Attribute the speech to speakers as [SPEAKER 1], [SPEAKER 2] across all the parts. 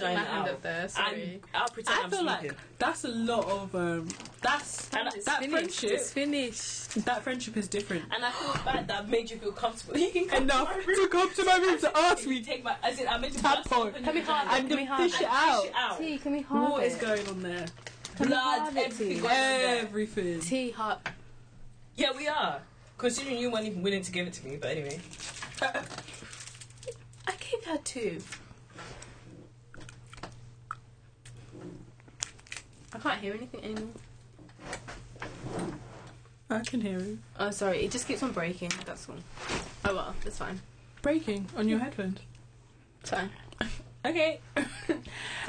[SPEAKER 1] my
[SPEAKER 2] vagina
[SPEAKER 1] hand
[SPEAKER 2] out.
[SPEAKER 1] up there. Sorry.
[SPEAKER 2] And I'll pretend
[SPEAKER 3] I
[SPEAKER 2] am
[SPEAKER 3] feel
[SPEAKER 2] sleeping.
[SPEAKER 3] like that's a lot of um, that's
[SPEAKER 2] And
[SPEAKER 3] that
[SPEAKER 2] it's
[SPEAKER 1] finished.
[SPEAKER 3] friendship.
[SPEAKER 1] It's finished.
[SPEAKER 3] That friendship is different.
[SPEAKER 2] And I feel bad that I've made you feel comfortable. You can come
[SPEAKER 3] Enough
[SPEAKER 2] to my room.
[SPEAKER 3] to come to my room to ask
[SPEAKER 2] If you
[SPEAKER 3] me
[SPEAKER 2] take my, as in, I made you
[SPEAKER 3] Tap
[SPEAKER 2] blast
[SPEAKER 3] on.
[SPEAKER 2] open your
[SPEAKER 3] Can
[SPEAKER 1] we hard-
[SPEAKER 2] vagina.
[SPEAKER 3] and
[SPEAKER 1] Can we have-
[SPEAKER 3] fish it out.
[SPEAKER 2] Out.
[SPEAKER 1] T, can we halve
[SPEAKER 3] What
[SPEAKER 1] it?
[SPEAKER 3] is going on there?
[SPEAKER 1] Can we
[SPEAKER 2] Blood,
[SPEAKER 1] halve it,
[SPEAKER 2] everything.
[SPEAKER 1] please?
[SPEAKER 2] going on there.
[SPEAKER 3] Everything.
[SPEAKER 1] T, half.
[SPEAKER 2] Yeah, we are. Considering you weren't even willing to give it to me, but anyway. I gave her two.
[SPEAKER 1] I can't hear anything anymore.
[SPEAKER 3] I can hear it.
[SPEAKER 1] Oh, sorry. It just keeps on breaking. That's all. Oh well, it's fine.
[SPEAKER 3] Breaking on your headphones.
[SPEAKER 1] It's fine.
[SPEAKER 3] Okay,
[SPEAKER 1] I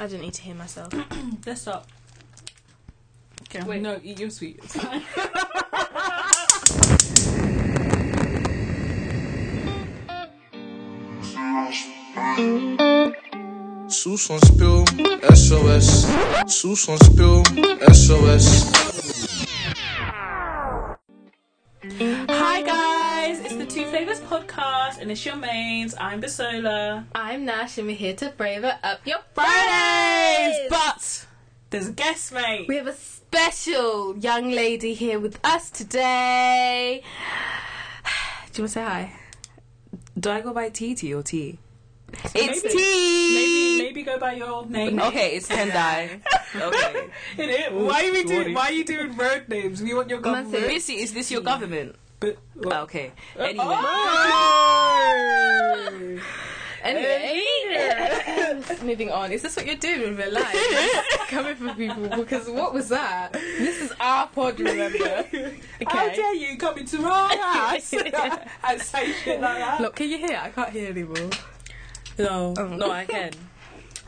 [SPEAKER 1] didn't need to hear myself.
[SPEAKER 3] let's start. Okay.
[SPEAKER 1] Wait.
[SPEAKER 3] No, eat your sweet.
[SPEAKER 4] Sus on spill, SOS. Sus on spill, SOS.
[SPEAKER 3] Hi guys, it's the Two Flavors podcast, and it's your mains. I'm Basola.
[SPEAKER 1] I'm Nash, and we're here to braver up your
[SPEAKER 3] Fridays,
[SPEAKER 1] Fridays!
[SPEAKER 3] but there's a guest, mate.
[SPEAKER 1] We have a special young lady here with us today. Do you want to say hi?
[SPEAKER 5] Do I go by TT or T?
[SPEAKER 3] Maybe.
[SPEAKER 5] It's T.
[SPEAKER 3] Maybe, maybe go by your old name.
[SPEAKER 5] Okay, it's Tendai. okay.
[SPEAKER 3] It is. Why are we doing?
[SPEAKER 5] sorry.
[SPEAKER 3] Why are you doing road names? We want your
[SPEAKER 1] Must
[SPEAKER 3] government.
[SPEAKER 1] it?
[SPEAKER 5] Missy, is this your government?
[SPEAKER 3] But,
[SPEAKER 5] Oh, okay. Anyway.
[SPEAKER 3] Oh!
[SPEAKER 1] Anyway, moving on. Is this what you're doing in real life? Coming for people because what was that? This is our pod, remember?
[SPEAKER 3] How
[SPEAKER 1] Okay.
[SPEAKER 3] dare you come into my house and say shit like that?
[SPEAKER 1] Look, can you hear? I can't hear anymore. Oh.
[SPEAKER 5] No, no, I can.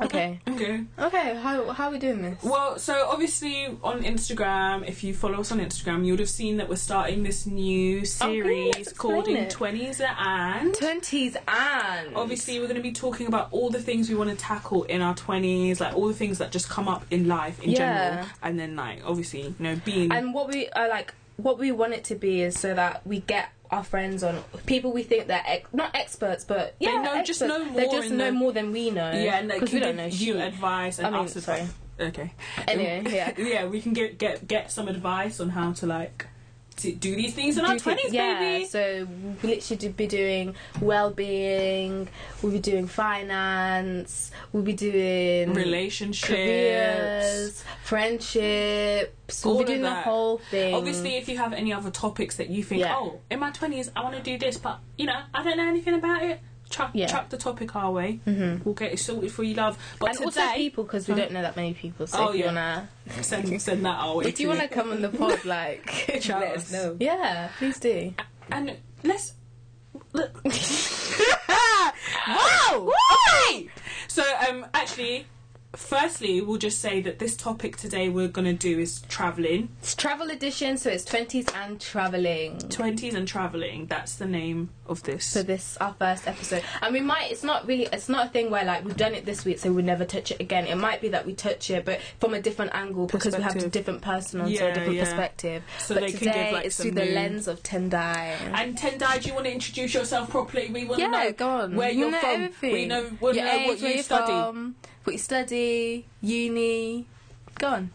[SPEAKER 1] Okay.
[SPEAKER 3] Okay.
[SPEAKER 1] Okay. How how are we doing this?
[SPEAKER 3] Well, so obviously on Instagram, if you follow us on Instagram, you would have seen that we're starting this new series
[SPEAKER 1] let's
[SPEAKER 3] called
[SPEAKER 1] Oh, explain
[SPEAKER 3] In
[SPEAKER 1] it.
[SPEAKER 3] Twenties and.
[SPEAKER 1] Twenties and
[SPEAKER 3] Obviously, we're going to be talking about all the things we want to tackle in our twenties, like all the things that just come up in life in
[SPEAKER 1] Yeah.
[SPEAKER 3] general, and then like obviously, you know, being
[SPEAKER 1] and what we are like what we want it to be is so that we get our friends on people we think they're ex- not experts but yeah
[SPEAKER 3] know- just
[SPEAKER 1] experts.
[SPEAKER 3] know
[SPEAKER 1] they
[SPEAKER 3] more
[SPEAKER 1] just
[SPEAKER 3] in
[SPEAKER 1] know
[SPEAKER 3] the-
[SPEAKER 1] more than we know
[SPEAKER 3] yeah, and like,
[SPEAKER 1] because we
[SPEAKER 3] can
[SPEAKER 1] don't
[SPEAKER 3] give
[SPEAKER 1] know
[SPEAKER 3] you
[SPEAKER 1] shit.
[SPEAKER 3] advice and
[SPEAKER 1] I mean,
[SPEAKER 3] us
[SPEAKER 1] sorry.
[SPEAKER 3] advice. Okay.
[SPEAKER 1] anyway yeah
[SPEAKER 3] yeah, we can get get get some advice on how to like to do these things in our
[SPEAKER 1] Do thi-
[SPEAKER 3] twenties,
[SPEAKER 1] yeah,
[SPEAKER 3] baby.
[SPEAKER 1] so we literally do be doing well-being. We'll be doing finance. We'll be doing
[SPEAKER 3] Relationships.
[SPEAKER 1] careers, friendships. We'll
[SPEAKER 3] All
[SPEAKER 1] be
[SPEAKER 3] of
[SPEAKER 1] doing the
[SPEAKER 3] that.
[SPEAKER 1] whole thing.
[SPEAKER 3] Obviously, if you have any other topics that you think,
[SPEAKER 1] Yeah.
[SPEAKER 3] oh, in my twenties, I want to do this, but you know, I don't know anything about it. Chuck,
[SPEAKER 1] Yeah. Mm-hmm.
[SPEAKER 3] chuck the topic our way. We'll get it sorted for you, love. But
[SPEAKER 1] and also
[SPEAKER 3] today,
[SPEAKER 1] people because we
[SPEAKER 3] Huh?
[SPEAKER 1] don't know that many people. So
[SPEAKER 3] Oh,
[SPEAKER 1] if you
[SPEAKER 3] yeah.
[SPEAKER 1] wanna,
[SPEAKER 3] send, send that our way.
[SPEAKER 1] if you
[SPEAKER 3] too.
[SPEAKER 1] wanna come on the pod, like,
[SPEAKER 3] Shout
[SPEAKER 5] Let
[SPEAKER 3] us.
[SPEAKER 5] us know.
[SPEAKER 1] yeah, please do.
[SPEAKER 3] and let's look.
[SPEAKER 5] Wow! Okay!
[SPEAKER 3] So, um, actually, firstly, we'll just say that this topic today we're gonna do is traveling,
[SPEAKER 1] It's travel edition, so it's twenties and traveling.
[SPEAKER 3] twenties and traveling. That's the name of this.
[SPEAKER 1] So this our first episode, and we might. It's not really. It's not a thing where like we've done it this week, so we never touch it again. It might be that we touch it, but from a different angle because we have a
[SPEAKER 3] Perspective.
[SPEAKER 1] different person on, so a
[SPEAKER 3] Yeah,
[SPEAKER 1] different
[SPEAKER 3] yeah.
[SPEAKER 1] perspective.
[SPEAKER 3] So
[SPEAKER 1] but
[SPEAKER 3] they can
[SPEAKER 1] today
[SPEAKER 3] give, like,
[SPEAKER 1] it's
[SPEAKER 3] some
[SPEAKER 1] through the
[SPEAKER 3] new-
[SPEAKER 1] lens of Tendai.
[SPEAKER 3] And Tendai, do you want to introduce yourself properly? We want
[SPEAKER 1] Yeah,
[SPEAKER 3] to know
[SPEAKER 1] go on.
[SPEAKER 3] where
[SPEAKER 1] You
[SPEAKER 3] you're
[SPEAKER 1] know
[SPEAKER 3] from.
[SPEAKER 1] everything.
[SPEAKER 3] We know, we
[SPEAKER 1] Your
[SPEAKER 3] know
[SPEAKER 1] age,
[SPEAKER 3] what
[SPEAKER 1] where
[SPEAKER 3] you
[SPEAKER 1] you're
[SPEAKER 3] study.
[SPEAKER 1] from, what you study, uni. Go on.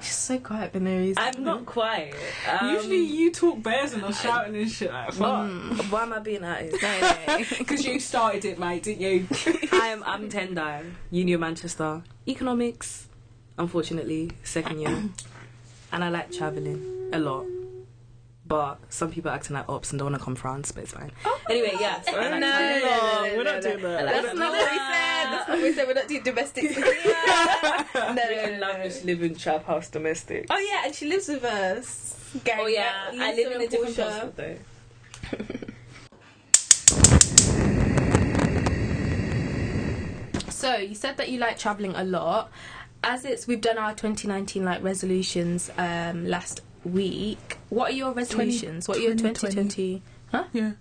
[SPEAKER 1] She's so quiet for no reason.
[SPEAKER 2] I'm not quiet. Um,
[SPEAKER 3] Usually you talk bears and I'm shouting and shit like fuck.
[SPEAKER 1] Mm.
[SPEAKER 5] Why am I being artist?
[SPEAKER 1] No, no.
[SPEAKER 3] Because you started it, mate, didn't you?
[SPEAKER 5] I'm I'm Tendai, Uni of Manchester, economics. Unfortunately, second year, and I like traveling a lot. But some people are acting like ops and don't want to come France, but it's fine. anyway, yeah. So I like
[SPEAKER 1] No,
[SPEAKER 5] traveling.
[SPEAKER 1] no, no, no,
[SPEAKER 3] we're
[SPEAKER 1] no,
[SPEAKER 3] not
[SPEAKER 1] no.
[SPEAKER 3] doing that.
[SPEAKER 1] That's
[SPEAKER 5] We're
[SPEAKER 1] not
[SPEAKER 5] not
[SPEAKER 1] what we said. That's not what we said. We're not doing domestic. no, no,
[SPEAKER 5] I
[SPEAKER 1] no,
[SPEAKER 5] love just living trap house domestic.
[SPEAKER 1] Oh yeah, and she lives with us. Gang,
[SPEAKER 5] Oh yeah,
[SPEAKER 1] Lisa
[SPEAKER 5] I live in a
[SPEAKER 1] and
[SPEAKER 5] different
[SPEAKER 1] Portia.
[SPEAKER 5] hostel though.
[SPEAKER 1] So you said that you like traveling a lot. As it's we've done our 2019 like resolutions um last week. What are your resolutions? what are your
[SPEAKER 3] 2020?
[SPEAKER 1] 2020?
[SPEAKER 3] yeah.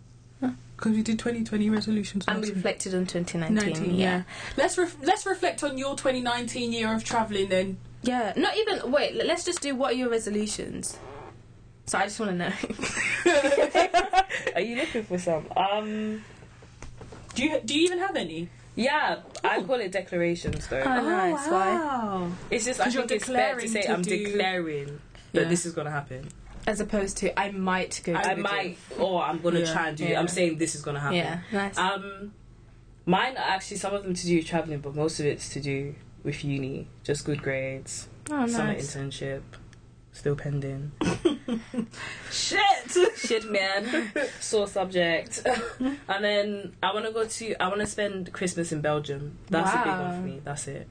[SPEAKER 3] Because we did 2020 resolutions.
[SPEAKER 1] And we reflected on 2019. yeah.
[SPEAKER 3] Let's ref- let's reflect on your 2019 year of traveling then.
[SPEAKER 1] yeah, Not even wait. l- Let's just do what are your resolutions. So I just want to know.
[SPEAKER 5] Are you looking for some? Um,
[SPEAKER 3] Do you do you even have any?
[SPEAKER 2] Yeah, I call it declarations though.
[SPEAKER 1] Oh, nice. Why?
[SPEAKER 3] Wow.
[SPEAKER 2] it's just I
[SPEAKER 3] 'Cause Uh, you're
[SPEAKER 2] think it's fair to
[SPEAKER 3] declaring
[SPEAKER 2] say
[SPEAKER 3] to
[SPEAKER 2] I'm
[SPEAKER 3] do-
[SPEAKER 2] declaring that
[SPEAKER 5] Yeah.
[SPEAKER 2] this is gonna happen.
[SPEAKER 1] As opposed to, I might go. To
[SPEAKER 2] I
[SPEAKER 1] the
[SPEAKER 2] might, or I'm gonna
[SPEAKER 5] Yeah.
[SPEAKER 2] try and do.
[SPEAKER 1] Yeah.
[SPEAKER 2] I'm saying this is gonna
[SPEAKER 3] Ah.
[SPEAKER 1] gym.
[SPEAKER 2] happen.
[SPEAKER 1] Yeah. Nice.
[SPEAKER 2] Um, mine are actually some of them to do with traveling, but most of it's to do with uni. Just good grades,
[SPEAKER 1] oh,
[SPEAKER 2] summer
[SPEAKER 1] nice.
[SPEAKER 2] internship, still pending.
[SPEAKER 3] Shit.
[SPEAKER 2] Shit, man, sore subject. and then I want to go to. I want to spend Christmas in Belgium. That's a big one
[SPEAKER 1] Wow.
[SPEAKER 2] for me. That's it.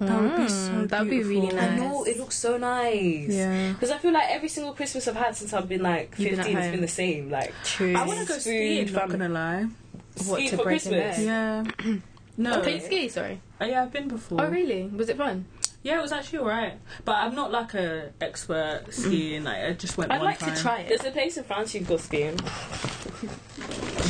[SPEAKER 3] That would be so
[SPEAKER 1] Mm, That would be
[SPEAKER 3] beautiful.
[SPEAKER 1] really
[SPEAKER 2] I
[SPEAKER 1] nice.
[SPEAKER 2] know it looks so nice.
[SPEAKER 1] Yeah.
[SPEAKER 2] Because I feel like every single Christmas I've had since I've been like
[SPEAKER 1] You've been
[SPEAKER 2] 15
[SPEAKER 1] at
[SPEAKER 2] has
[SPEAKER 1] home.
[SPEAKER 2] been the same. Like,
[SPEAKER 1] True.
[SPEAKER 3] I want to go
[SPEAKER 2] Food,
[SPEAKER 3] skiing. Not
[SPEAKER 2] fun.
[SPEAKER 3] gonna lie.
[SPEAKER 1] What,
[SPEAKER 2] ski
[SPEAKER 1] to
[SPEAKER 2] for
[SPEAKER 1] break a
[SPEAKER 2] Christmas.
[SPEAKER 1] leg?
[SPEAKER 3] Yeah. No.
[SPEAKER 1] I played Oh, ski. Sorry.
[SPEAKER 3] Oh, yeah, I've been before.
[SPEAKER 1] Oh really? Was it fun?
[SPEAKER 3] Yeah, it was actually alright. But I'm not like a expert skiing. Like, I just went
[SPEAKER 1] I'd
[SPEAKER 3] one
[SPEAKER 1] like
[SPEAKER 3] time.
[SPEAKER 1] to try it.
[SPEAKER 2] There's a place in France you can go skiing.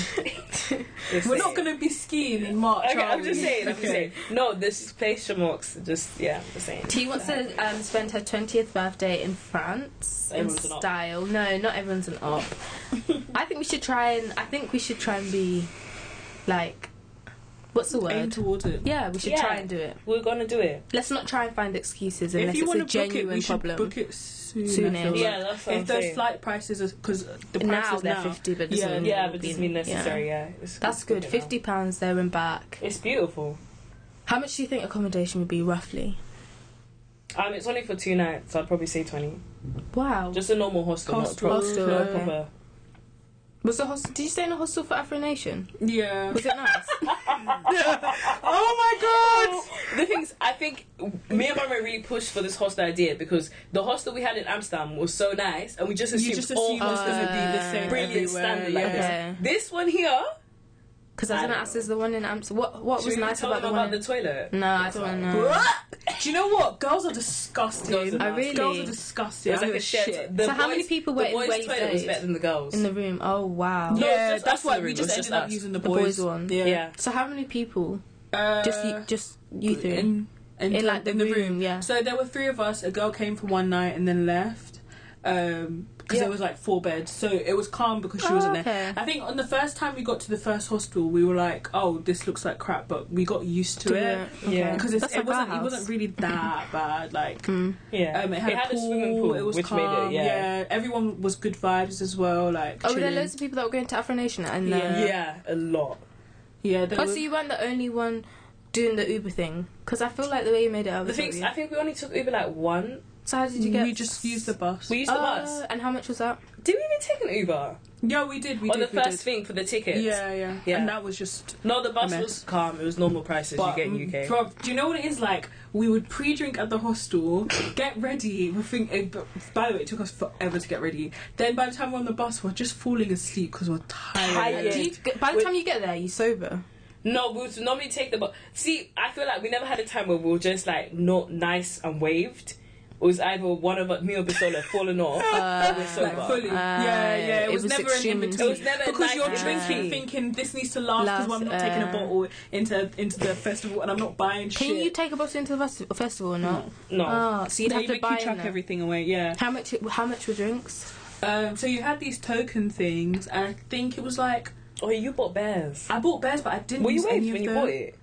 [SPEAKER 2] They say.
[SPEAKER 3] We're not gonna be skiing in March.
[SPEAKER 2] Okay,
[SPEAKER 3] are
[SPEAKER 2] I'm just
[SPEAKER 3] we?
[SPEAKER 2] saying. I'm just saying. No, this is place Shamox. Just yeah, I'm just saying.
[SPEAKER 1] She wants to um, spend her 20th birthday in France
[SPEAKER 2] Everyone's
[SPEAKER 1] in
[SPEAKER 2] an op.
[SPEAKER 1] style. No, not everyone's an op. I think we should try and I think we should try and be like what's the
[SPEAKER 3] Aim
[SPEAKER 1] word?
[SPEAKER 3] towards it.
[SPEAKER 1] Yeah, we should
[SPEAKER 2] Yeah.
[SPEAKER 1] try and do it.
[SPEAKER 2] We're gonna do it.
[SPEAKER 1] Let's not try and find excuses
[SPEAKER 3] If
[SPEAKER 1] unless
[SPEAKER 3] you
[SPEAKER 1] it's
[SPEAKER 3] want
[SPEAKER 1] a
[SPEAKER 3] to book it,
[SPEAKER 1] genuine
[SPEAKER 3] we should
[SPEAKER 1] problem.
[SPEAKER 3] book it soon. I
[SPEAKER 1] Soon,
[SPEAKER 3] feel
[SPEAKER 1] eh?
[SPEAKER 3] like.
[SPEAKER 2] Yeah, that's what
[SPEAKER 3] If
[SPEAKER 2] I'm
[SPEAKER 3] those
[SPEAKER 2] saying.
[SPEAKER 3] flight prices, because the
[SPEAKER 1] now
[SPEAKER 3] prices
[SPEAKER 1] they're
[SPEAKER 3] now.
[SPEAKER 1] 50 but doesn't
[SPEAKER 3] Yeah,
[SPEAKER 1] mean
[SPEAKER 2] yeah,
[SPEAKER 1] they've
[SPEAKER 2] but doesn't
[SPEAKER 1] been-
[SPEAKER 2] mean necessary.
[SPEAKER 1] yeah.
[SPEAKER 2] Yeah, it's
[SPEAKER 1] That's good.
[SPEAKER 2] now.
[SPEAKER 1] 50 pounds there and back.
[SPEAKER 2] It's beautiful.
[SPEAKER 1] How much do you think accommodation would be roughly?
[SPEAKER 2] Um, it's only for two nights. I'd probably say twenty.
[SPEAKER 1] Wow.
[SPEAKER 2] Just a normal hostel, not a
[SPEAKER 3] Hostel.
[SPEAKER 2] proper.
[SPEAKER 1] Hostel,
[SPEAKER 3] Yeah.
[SPEAKER 1] okay. Was the hostel Did you stay in a hostel for Afro Nation?
[SPEAKER 3] Yeah.
[SPEAKER 1] Was it nice?
[SPEAKER 3] oh
[SPEAKER 2] The thing is, I think me and my mum really pushed for this hostel idea because the hostel we had in Amsterdam was so nice, and we just
[SPEAKER 3] You
[SPEAKER 2] assumed
[SPEAKER 3] just
[SPEAKER 2] all
[SPEAKER 3] assume it's gonna be
[SPEAKER 1] Ah,
[SPEAKER 3] the same
[SPEAKER 2] brilliant
[SPEAKER 3] everywhere.
[SPEAKER 2] standard like
[SPEAKER 3] yeah.
[SPEAKER 1] Okay.
[SPEAKER 2] this. This one here,
[SPEAKER 1] Because I was
[SPEAKER 2] I
[SPEAKER 1] gonna
[SPEAKER 2] don't
[SPEAKER 1] ask, is the one in Amsterdam? What What
[SPEAKER 2] should
[SPEAKER 1] was
[SPEAKER 2] we
[SPEAKER 1] nice
[SPEAKER 2] tell
[SPEAKER 1] about the
[SPEAKER 2] them
[SPEAKER 1] one? Mm,
[SPEAKER 2] about the toilet?
[SPEAKER 1] in- no, I don't want to know.
[SPEAKER 3] Do you know what? Girls are disgusting.
[SPEAKER 2] Girls are
[SPEAKER 1] I really-
[SPEAKER 3] Girls are disgusting.
[SPEAKER 2] It was
[SPEAKER 3] I
[SPEAKER 2] like a
[SPEAKER 3] give
[SPEAKER 2] shared.
[SPEAKER 3] shit.
[SPEAKER 2] The
[SPEAKER 1] So how many people were
[SPEAKER 2] The
[SPEAKER 1] in
[SPEAKER 2] boys'
[SPEAKER 1] where you
[SPEAKER 2] toilet was
[SPEAKER 1] stayed?
[SPEAKER 2] better than the girls.
[SPEAKER 1] In the room. Oh wow.
[SPEAKER 2] No,
[SPEAKER 3] yeah,
[SPEAKER 2] just us
[SPEAKER 3] that's
[SPEAKER 2] in
[SPEAKER 3] why
[SPEAKER 2] the
[SPEAKER 3] we
[SPEAKER 2] room,
[SPEAKER 3] just
[SPEAKER 2] it's
[SPEAKER 3] ended
[SPEAKER 2] just
[SPEAKER 3] up
[SPEAKER 2] us.
[SPEAKER 3] using the
[SPEAKER 1] The
[SPEAKER 3] boys.
[SPEAKER 1] boys one.
[SPEAKER 3] Yeah.
[SPEAKER 2] yeah.
[SPEAKER 1] So how many people?
[SPEAKER 3] Uh,
[SPEAKER 1] Just you, just you three.
[SPEAKER 3] In, in,
[SPEAKER 1] In, like, the
[SPEAKER 3] in the
[SPEAKER 1] room,
[SPEAKER 3] room.
[SPEAKER 1] yeah.
[SPEAKER 3] So there were three of us. A girl came for one night and then left. Um,
[SPEAKER 1] Yeah.
[SPEAKER 3] because
[SPEAKER 1] Oh,
[SPEAKER 3] there was like four beds, so it was calm because she wasn't there.
[SPEAKER 1] okay.
[SPEAKER 3] I think on the first time we got to the first hostel, we were like, "Oh, this looks like crap," but we got used to it
[SPEAKER 2] Yeah.
[SPEAKER 3] because it's-
[SPEAKER 1] That's like
[SPEAKER 3] it
[SPEAKER 1] our
[SPEAKER 3] wasn't it
[SPEAKER 1] house.
[SPEAKER 3] wasn't really that bad. Like,
[SPEAKER 1] Mm.
[SPEAKER 2] Yeah,
[SPEAKER 3] um, it had, a, pool,
[SPEAKER 2] swimming pool,
[SPEAKER 3] it was
[SPEAKER 2] which
[SPEAKER 3] calm.
[SPEAKER 2] made it. Yeah,
[SPEAKER 3] everyone was good vibes as well. Like,
[SPEAKER 1] Oh, were there
[SPEAKER 3] chilling.
[SPEAKER 1] loads of people that were going to Afro Nation and
[SPEAKER 3] Yeah.
[SPEAKER 1] then.
[SPEAKER 2] yeah, a lot.
[SPEAKER 3] yeah. There
[SPEAKER 1] Oh,
[SPEAKER 3] were-
[SPEAKER 1] so you weren't the only one doing the Uber thing? Because I feel like the way you made it, I
[SPEAKER 2] The
[SPEAKER 1] was.
[SPEAKER 2] thing is, I think we only took Uber like one.
[SPEAKER 1] so how did you get?
[SPEAKER 3] we just used the bus.
[SPEAKER 2] We used the
[SPEAKER 1] Uh,
[SPEAKER 2] bus.
[SPEAKER 1] and how much was that?
[SPEAKER 2] Did we even take an Uber
[SPEAKER 3] yeah, we did. We
[SPEAKER 2] on
[SPEAKER 3] did.
[SPEAKER 2] the
[SPEAKER 3] we
[SPEAKER 2] first
[SPEAKER 3] did.
[SPEAKER 2] thing for the tickets?
[SPEAKER 3] Yeah, yeah,
[SPEAKER 2] Yeah.
[SPEAKER 3] And that was just
[SPEAKER 2] No, the bus
[SPEAKER 3] A mess.
[SPEAKER 2] was calm. It was normal prices you get in UK.
[SPEAKER 3] bruv, do you know what it is like? We would pre-drink at the hostel, get ready. We think. eh, but By the way, it took us forever to get ready. Then by the time we're on the bus, we're just falling asleep because we're tired.
[SPEAKER 2] Tired.
[SPEAKER 1] Do you, by the time you get there, you sober.
[SPEAKER 2] No, we would normally take the bus. See, I feel like we never had a time where we were just like not nice and waved. It was either one of us- me or Bisola fallen off or we're sober.
[SPEAKER 3] Uh, Like fully,
[SPEAKER 1] Uh,
[SPEAKER 3] yeah, yeah. It,
[SPEAKER 1] it
[SPEAKER 3] was,
[SPEAKER 1] was
[SPEAKER 3] never
[SPEAKER 1] extreme.
[SPEAKER 3] an in between.
[SPEAKER 2] It was never
[SPEAKER 3] because
[SPEAKER 2] like
[SPEAKER 3] you're
[SPEAKER 2] that.
[SPEAKER 3] drinking, thinking this needs to last because
[SPEAKER 1] Last,
[SPEAKER 3] I'm not taking a
[SPEAKER 1] uh,
[SPEAKER 3] bottle into into the festival and I'm not buying
[SPEAKER 1] Can
[SPEAKER 3] shit.
[SPEAKER 1] you take a bottle into the fes- festival or not?
[SPEAKER 2] no,
[SPEAKER 1] Oh, so you'd
[SPEAKER 3] No,
[SPEAKER 1] have
[SPEAKER 3] you
[SPEAKER 1] to
[SPEAKER 3] make-
[SPEAKER 1] buy
[SPEAKER 3] you chuck
[SPEAKER 1] in there.
[SPEAKER 3] everything away. Yeah.
[SPEAKER 1] How much? How much were drinks?
[SPEAKER 3] Um, so you had these token things, and I think it was like
[SPEAKER 2] oh, you bought bears.
[SPEAKER 3] I bought bears, but I didn't.
[SPEAKER 2] Were you
[SPEAKER 3] use
[SPEAKER 2] waved
[SPEAKER 3] any
[SPEAKER 2] when
[SPEAKER 3] of
[SPEAKER 2] you
[SPEAKER 3] them.
[SPEAKER 2] bought it?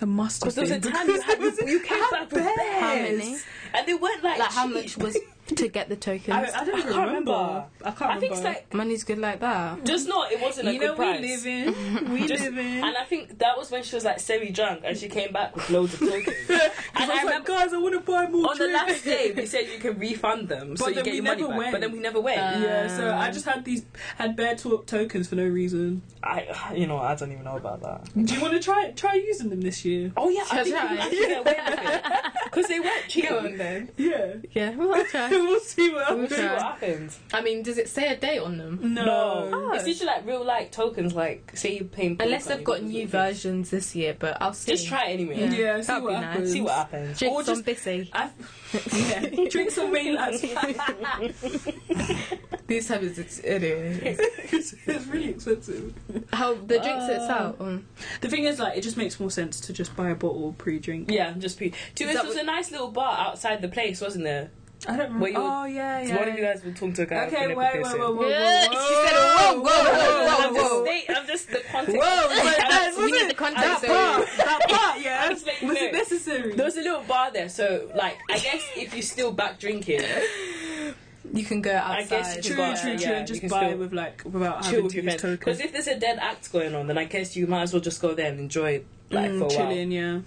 [SPEAKER 3] I must have
[SPEAKER 2] Because there was a
[SPEAKER 3] been.
[SPEAKER 2] time you, had, you came back with bears.
[SPEAKER 1] How many?
[SPEAKER 2] And they weren't like
[SPEAKER 1] Like how
[SPEAKER 2] cheap.
[SPEAKER 1] much was to get the tokens?
[SPEAKER 3] I, I don't
[SPEAKER 2] I
[SPEAKER 3] even
[SPEAKER 2] can't
[SPEAKER 3] remember.
[SPEAKER 2] remember.
[SPEAKER 3] I can't.
[SPEAKER 2] I think it's
[SPEAKER 3] remember.
[SPEAKER 2] like
[SPEAKER 1] Money's good like that.
[SPEAKER 2] just not. It wasn't a
[SPEAKER 3] you
[SPEAKER 2] good
[SPEAKER 3] know
[SPEAKER 2] price.
[SPEAKER 3] we live in. We
[SPEAKER 2] Just-
[SPEAKER 3] live in.
[SPEAKER 2] And I think that was when she was like semi drunk and she came back with loads of tokens. and
[SPEAKER 3] I was
[SPEAKER 2] I
[SPEAKER 3] like,
[SPEAKER 2] remember
[SPEAKER 3] guys, I want to buy more.
[SPEAKER 2] on the
[SPEAKER 3] drinks."
[SPEAKER 2] last day we said you can refund them so
[SPEAKER 3] But
[SPEAKER 2] you
[SPEAKER 3] then
[SPEAKER 2] get
[SPEAKER 3] we
[SPEAKER 2] your money
[SPEAKER 3] never
[SPEAKER 2] back.
[SPEAKER 3] went. Uh,
[SPEAKER 2] But then we never went.
[SPEAKER 3] Yeah, so I just had these had bear to- tokens for no reason.
[SPEAKER 2] I, you know, I don't even know about that.
[SPEAKER 3] Do you want to try try using them this year?
[SPEAKER 2] Oh yeah,
[SPEAKER 1] Shall
[SPEAKER 2] I think
[SPEAKER 1] I?
[SPEAKER 2] I can get away with it because they weren't cheap.
[SPEAKER 1] then.
[SPEAKER 3] Yeah,
[SPEAKER 1] Yeah, well, I'll try.
[SPEAKER 3] we'll see what
[SPEAKER 1] We'll
[SPEAKER 3] happens.
[SPEAKER 2] See what
[SPEAKER 1] try.
[SPEAKER 2] happens? Ah,
[SPEAKER 1] I mean, does it say a date on them?
[SPEAKER 3] No,
[SPEAKER 1] Oh.
[SPEAKER 2] It's usually like real like tokens. Like say you pay.
[SPEAKER 1] Unless they've got new versions this year, but I'll see.
[SPEAKER 2] Just try it anyway.
[SPEAKER 1] Yeah.
[SPEAKER 3] yeah, see
[SPEAKER 1] That'd
[SPEAKER 3] what
[SPEAKER 1] be nice.
[SPEAKER 3] happens.
[SPEAKER 2] See what happens.
[SPEAKER 1] Drinks
[SPEAKER 3] Or just-
[SPEAKER 1] on busy.
[SPEAKER 3] I, yeah, drink some mainland.
[SPEAKER 1] This time is ex- anyway.
[SPEAKER 3] it's, it's really expensive.
[SPEAKER 1] How the drinks
[SPEAKER 2] Uh,
[SPEAKER 1] itself? Um,
[SPEAKER 3] The thing is, like, it just makes more sense to just buy a bottle pre-drink.
[SPEAKER 2] Yeah, just pee. To
[SPEAKER 1] Is
[SPEAKER 2] this
[SPEAKER 1] that
[SPEAKER 2] was
[SPEAKER 1] what-
[SPEAKER 2] a nice little bar outside the place, wasn't there?
[SPEAKER 3] I don't
[SPEAKER 2] Where you-
[SPEAKER 3] remember. Oh yeah, yeah.
[SPEAKER 2] One of you guys will talk to a guy.
[SPEAKER 3] Okay,
[SPEAKER 2] who never
[SPEAKER 3] wait, wait,
[SPEAKER 2] pissed
[SPEAKER 3] wait,
[SPEAKER 2] in.
[SPEAKER 3] wait, wait,
[SPEAKER 1] Yeah, she said, whoa, whoa, whoa,
[SPEAKER 2] I'm
[SPEAKER 1] whoa,
[SPEAKER 2] just,
[SPEAKER 1] whoa.
[SPEAKER 2] they- I'm just the context.
[SPEAKER 1] we need the context.
[SPEAKER 3] That part, that part, yeah.
[SPEAKER 2] Just let you
[SPEAKER 3] Was
[SPEAKER 2] know.
[SPEAKER 3] it necessary?
[SPEAKER 2] There was a little bar there, so like I guess if you're still back drinking,
[SPEAKER 1] You can go outside.
[SPEAKER 2] I guess
[SPEAKER 3] true,
[SPEAKER 2] buy,
[SPEAKER 1] uh,
[SPEAKER 3] true, true.
[SPEAKER 2] yeah,
[SPEAKER 3] and
[SPEAKER 2] you
[SPEAKER 3] just
[SPEAKER 2] can
[SPEAKER 3] buy
[SPEAKER 2] still
[SPEAKER 3] with like without
[SPEAKER 2] chill
[SPEAKER 3] having
[SPEAKER 2] with
[SPEAKER 3] to
[SPEAKER 2] your
[SPEAKER 3] use
[SPEAKER 2] friends.
[SPEAKER 3] token.
[SPEAKER 2] Because if there's a dead act going on, then I guess you might as well just go there and enjoy it, like
[SPEAKER 3] Mm,
[SPEAKER 2] for a while.
[SPEAKER 3] chilling, yeah.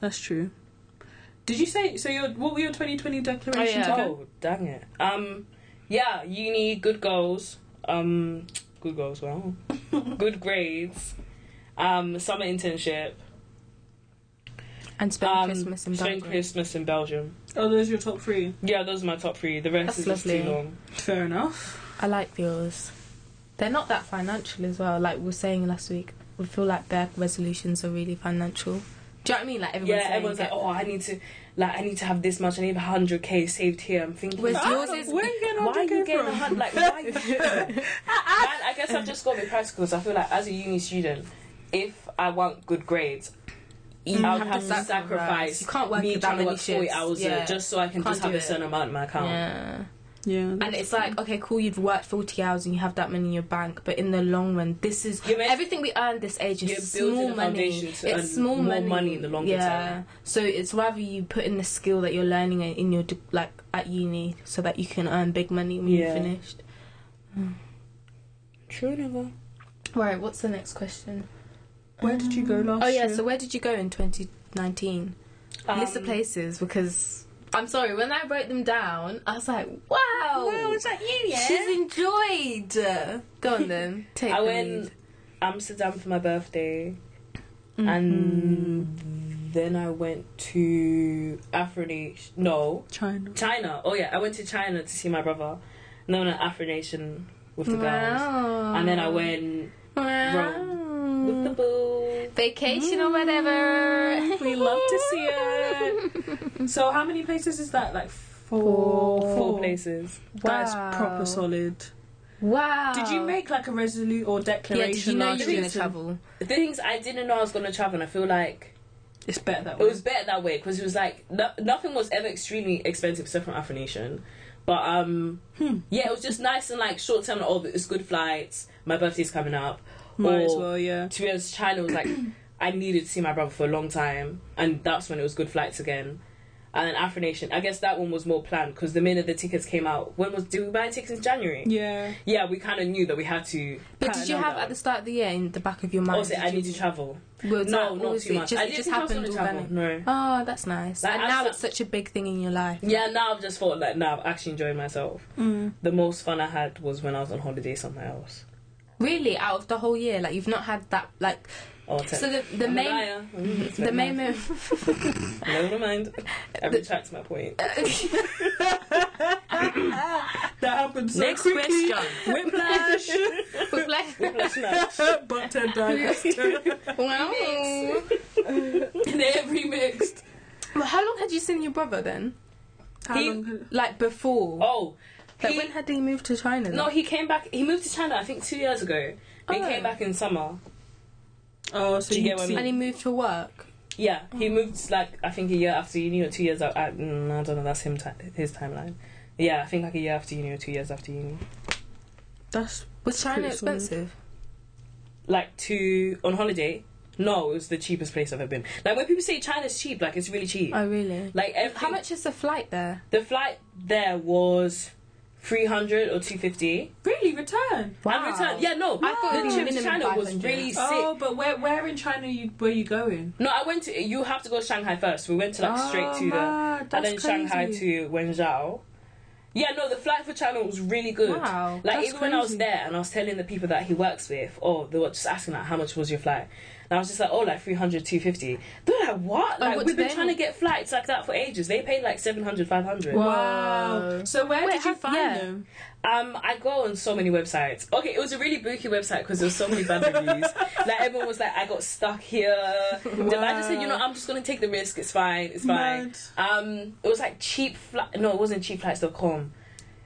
[SPEAKER 3] That's true. Did you say so? Your what were your 2020 declarations?
[SPEAKER 1] yeah.
[SPEAKER 3] again?
[SPEAKER 2] Oh dang it. Um, yeah, uni, good goals. Um, good goals. Well, good grades. Um, summer internship.
[SPEAKER 1] and spend
[SPEAKER 2] Um,
[SPEAKER 1] Christmas in
[SPEAKER 2] spend
[SPEAKER 1] Belgium.
[SPEAKER 2] Christmas in Belgium.
[SPEAKER 3] Oh, those are your top three.
[SPEAKER 2] Yeah, those are my top three. The rest
[SPEAKER 1] That's
[SPEAKER 2] is just too
[SPEAKER 1] lovely.
[SPEAKER 2] long.
[SPEAKER 3] Fair enough.
[SPEAKER 1] I like yours. They're not that financial as well. Like we were saying last week, we feel like their resolutions are really financial. Do you know what I mean? Like everyone's
[SPEAKER 2] yeah,
[SPEAKER 1] saying
[SPEAKER 2] everyone's
[SPEAKER 1] that.
[SPEAKER 2] like, oh, I need to, like, I need to have this much. I need 100k saved here. I'm thinking,
[SPEAKER 1] Where's
[SPEAKER 2] why
[SPEAKER 1] yours is
[SPEAKER 3] Where are you getting
[SPEAKER 2] are
[SPEAKER 3] 100K
[SPEAKER 2] you getting a
[SPEAKER 3] from?
[SPEAKER 2] hundred? Like, why? Man, I guess I've just got to be practical because I feel like as a uni student, if I want good grades. I'll "Oh, have, to sacrifice,
[SPEAKER 1] You can't work
[SPEAKER 2] me
[SPEAKER 1] that
[SPEAKER 2] trying to
[SPEAKER 1] many
[SPEAKER 2] work 40
[SPEAKER 1] shifts.
[SPEAKER 2] hours
[SPEAKER 1] Yeah.
[SPEAKER 2] uh, just so I can
[SPEAKER 1] Can't
[SPEAKER 2] just have
[SPEAKER 1] do
[SPEAKER 2] a
[SPEAKER 1] it.
[SPEAKER 2] certain amount in my account.
[SPEAKER 1] Yeah.
[SPEAKER 3] Yeah.
[SPEAKER 1] And it's like, okay, cool, you've worked 40 hours and you have that money in your bank, but in the long run, this is
[SPEAKER 2] You're meant-
[SPEAKER 1] everything we earn this age
[SPEAKER 2] You're
[SPEAKER 1] is
[SPEAKER 2] building
[SPEAKER 1] small
[SPEAKER 2] a
[SPEAKER 1] money.
[SPEAKER 2] foundation
[SPEAKER 1] It's
[SPEAKER 2] to earn
[SPEAKER 1] small
[SPEAKER 2] more
[SPEAKER 1] money.
[SPEAKER 2] money in the longer
[SPEAKER 1] yeah.
[SPEAKER 2] term.
[SPEAKER 1] So it's rather you put in the skill that you're learning in in your, de- like, at uni so that you can earn big money when
[SPEAKER 2] Yeah.
[SPEAKER 1] you're finished.
[SPEAKER 2] True, never.
[SPEAKER 1] Right, what's the next question?
[SPEAKER 3] Where did you go last?
[SPEAKER 1] Oh, yeah,
[SPEAKER 3] year?
[SPEAKER 1] so where did you go in 2019?
[SPEAKER 2] Um,
[SPEAKER 1] list of places because Um, I'm sorry, when I wrote them down, I was like, wow,
[SPEAKER 2] Oh, like you,
[SPEAKER 1] she's enjoyed. Go on then, take
[SPEAKER 2] I
[SPEAKER 1] the
[SPEAKER 2] went
[SPEAKER 1] lead.
[SPEAKER 2] Amsterdam for my birthday, and then I went to Afronation. No,
[SPEAKER 3] China.
[SPEAKER 2] China. Oh yeah, I went to China to see my brother. And then I went to Afronation with the girls,
[SPEAKER 1] Wow.
[SPEAKER 2] and then I went
[SPEAKER 1] wow.
[SPEAKER 2] with
[SPEAKER 1] Mm.
[SPEAKER 2] the boo.
[SPEAKER 1] vacation or whatever.
[SPEAKER 3] We love to see it. So how many places is that? Like four.
[SPEAKER 1] Four.
[SPEAKER 2] Four places.
[SPEAKER 3] That's
[SPEAKER 1] Wow.
[SPEAKER 3] proper solid.
[SPEAKER 1] Wow.
[SPEAKER 3] Did you make like a resolute or
[SPEAKER 1] Yeah, did
[SPEAKER 3] declaration
[SPEAKER 1] you know
[SPEAKER 3] last
[SPEAKER 1] you were
[SPEAKER 3] year?
[SPEAKER 1] gonna travel?
[SPEAKER 2] The things I didn't know I was gonna travel, and I feel like
[SPEAKER 3] It's better that
[SPEAKER 2] it
[SPEAKER 3] way.
[SPEAKER 2] was better that way because it was like no- nothing was ever extremely expensive except from Afronation. But um,
[SPEAKER 1] Hmm.
[SPEAKER 2] yeah, it was just nice and like short term. Like, oh, it's good flights. My birthday's coming up.
[SPEAKER 3] Might as
[SPEAKER 2] Or-
[SPEAKER 3] well, yeah.
[SPEAKER 2] To be honest, China was like I needed to see my brother for a long time, and that's when it was good flights again. And then Afronation, I guess that one was more planned because the minute the tickets came out, when was did we buy tickets in January?
[SPEAKER 3] Yeah.
[SPEAKER 2] Yeah, we kind of knew that we had to.
[SPEAKER 1] But
[SPEAKER 3] Kinda
[SPEAKER 1] did you
[SPEAKER 3] know
[SPEAKER 1] have
[SPEAKER 2] that.
[SPEAKER 1] at the start of the year in the back of your mind?
[SPEAKER 2] Also,
[SPEAKER 1] did
[SPEAKER 2] I
[SPEAKER 1] you-
[SPEAKER 2] need to travel.
[SPEAKER 1] was that-
[SPEAKER 2] No,
[SPEAKER 1] or
[SPEAKER 2] not
[SPEAKER 1] was
[SPEAKER 2] too
[SPEAKER 1] it
[SPEAKER 2] much.
[SPEAKER 1] Just,
[SPEAKER 2] I
[SPEAKER 1] it
[SPEAKER 2] didn't
[SPEAKER 1] just
[SPEAKER 2] think I was
[SPEAKER 1] happened
[SPEAKER 2] gonna travel.
[SPEAKER 1] organically.
[SPEAKER 2] No.
[SPEAKER 1] Oh, that's nice.
[SPEAKER 2] Like,
[SPEAKER 1] and
[SPEAKER 2] I
[SPEAKER 1] now
[SPEAKER 2] sa-
[SPEAKER 1] it's such a big thing in your life.
[SPEAKER 2] Yeah, now I've just thought like now I've actually enjoyed myself.
[SPEAKER 3] Mm.
[SPEAKER 2] The most fun I had was when I was on holiday somewhere else.
[SPEAKER 1] Really, out of the whole year, like you've not had that like.
[SPEAKER 2] Oh, te-
[SPEAKER 1] So the the
[SPEAKER 2] I'm a
[SPEAKER 1] main
[SPEAKER 2] liar. Mm, it's
[SPEAKER 1] the
[SPEAKER 2] like
[SPEAKER 1] main
[SPEAKER 2] mine.
[SPEAKER 1] move.
[SPEAKER 2] Never mind. I retract my point.
[SPEAKER 3] That happened so
[SPEAKER 5] Next
[SPEAKER 3] quickly.
[SPEAKER 5] question.
[SPEAKER 3] Whiplash.
[SPEAKER 1] We're like,
[SPEAKER 2] Let's not-
[SPEAKER 3] but to digress.
[SPEAKER 1] wow.
[SPEAKER 3] They're remixed.
[SPEAKER 1] Well, how long had you seen your brother then?
[SPEAKER 3] How
[SPEAKER 2] He-
[SPEAKER 3] long?
[SPEAKER 1] Like before?
[SPEAKER 2] oh,
[SPEAKER 1] like
[SPEAKER 2] he-
[SPEAKER 1] when had he moved to China? Then?
[SPEAKER 2] no, he came back. He moved to China, I think, two years ago. But
[SPEAKER 1] Oh.
[SPEAKER 2] He came back in summer.
[SPEAKER 3] Oh, so
[SPEAKER 2] Do you
[SPEAKER 3] you
[SPEAKER 2] get what I
[SPEAKER 3] see-
[SPEAKER 1] and he moved for work.
[SPEAKER 2] Yeah,
[SPEAKER 1] Oh.
[SPEAKER 2] he moved like I think a year after uni or two years. Out, I, mm, I don't know. That's him. Ti- his timeline. Yeah, I think like a year after uni or two years after uni.
[SPEAKER 3] That's
[SPEAKER 1] Was China
[SPEAKER 3] pretty solid.
[SPEAKER 1] expensive?
[SPEAKER 2] Like to on holiday. No, it was the cheapest place I've ever been. Like when people say China's cheap, like it's really cheap.
[SPEAKER 1] Oh, really?
[SPEAKER 2] like every,
[SPEAKER 1] How much is the flight there?
[SPEAKER 2] The flight there was three hundred or two fifty.
[SPEAKER 3] Really return.
[SPEAKER 2] And return. Yeah, no.
[SPEAKER 1] I thought it
[SPEAKER 2] the
[SPEAKER 1] was
[SPEAKER 2] trip to
[SPEAKER 1] minimum
[SPEAKER 2] China was
[SPEAKER 1] 500.
[SPEAKER 2] really sick.
[SPEAKER 3] Oh, but where where in China you where you going?
[SPEAKER 2] No, I went to. You have to go to Shanghai first. We went to like straight
[SPEAKER 3] Oh,
[SPEAKER 2] to the.
[SPEAKER 3] mad.
[SPEAKER 2] And
[SPEAKER 3] That's
[SPEAKER 2] then Shanghai
[SPEAKER 3] crazy.
[SPEAKER 2] to Wenzhou. Yeah, no, the flight for China was really good.
[SPEAKER 1] Wow,
[SPEAKER 2] Like
[SPEAKER 3] that's
[SPEAKER 2] even when I was
[SPEAKER 3] crazy.
[SPEAKER 2] there and I was telling the people that he works with, oh, they were just asking like, how much was your flight? And I was just like, oh, like 300, 250. They're like, what?
[SPEAKER 1] Oh,
[SPEAKER 2] Like
[SPEAKER 1] what
[SPEAKER 2] we've
[SPEAKER 1] do
[SPEAKER 2] been
[SPEAKER 1] they-
[SPEAKER 2] trying to get flights like that for ages. They paid like 700, 500.
[SPEAKER 3] Wow. So where
[SPEAKER 1] Wait,
[SPEAKER 3] did you
[SPEAKER 1] have-
[SPEAKER 3] find
[SPEAKER 1] yeah.
[SPEAKER 3] them?
[SPEAKER 2] Um, I go on so many websites. Okay, it was a really booky website because there was so many bad reviews. like everyone was like, "I got stuck here." But I just said, "You know, I'm just gonna take the risk. It's fine. It's fine."
[SPEAKER 3] Mad.
[SPEAKER 2] Um, it was like cheap flight. No, it wasn't cheapflights.com.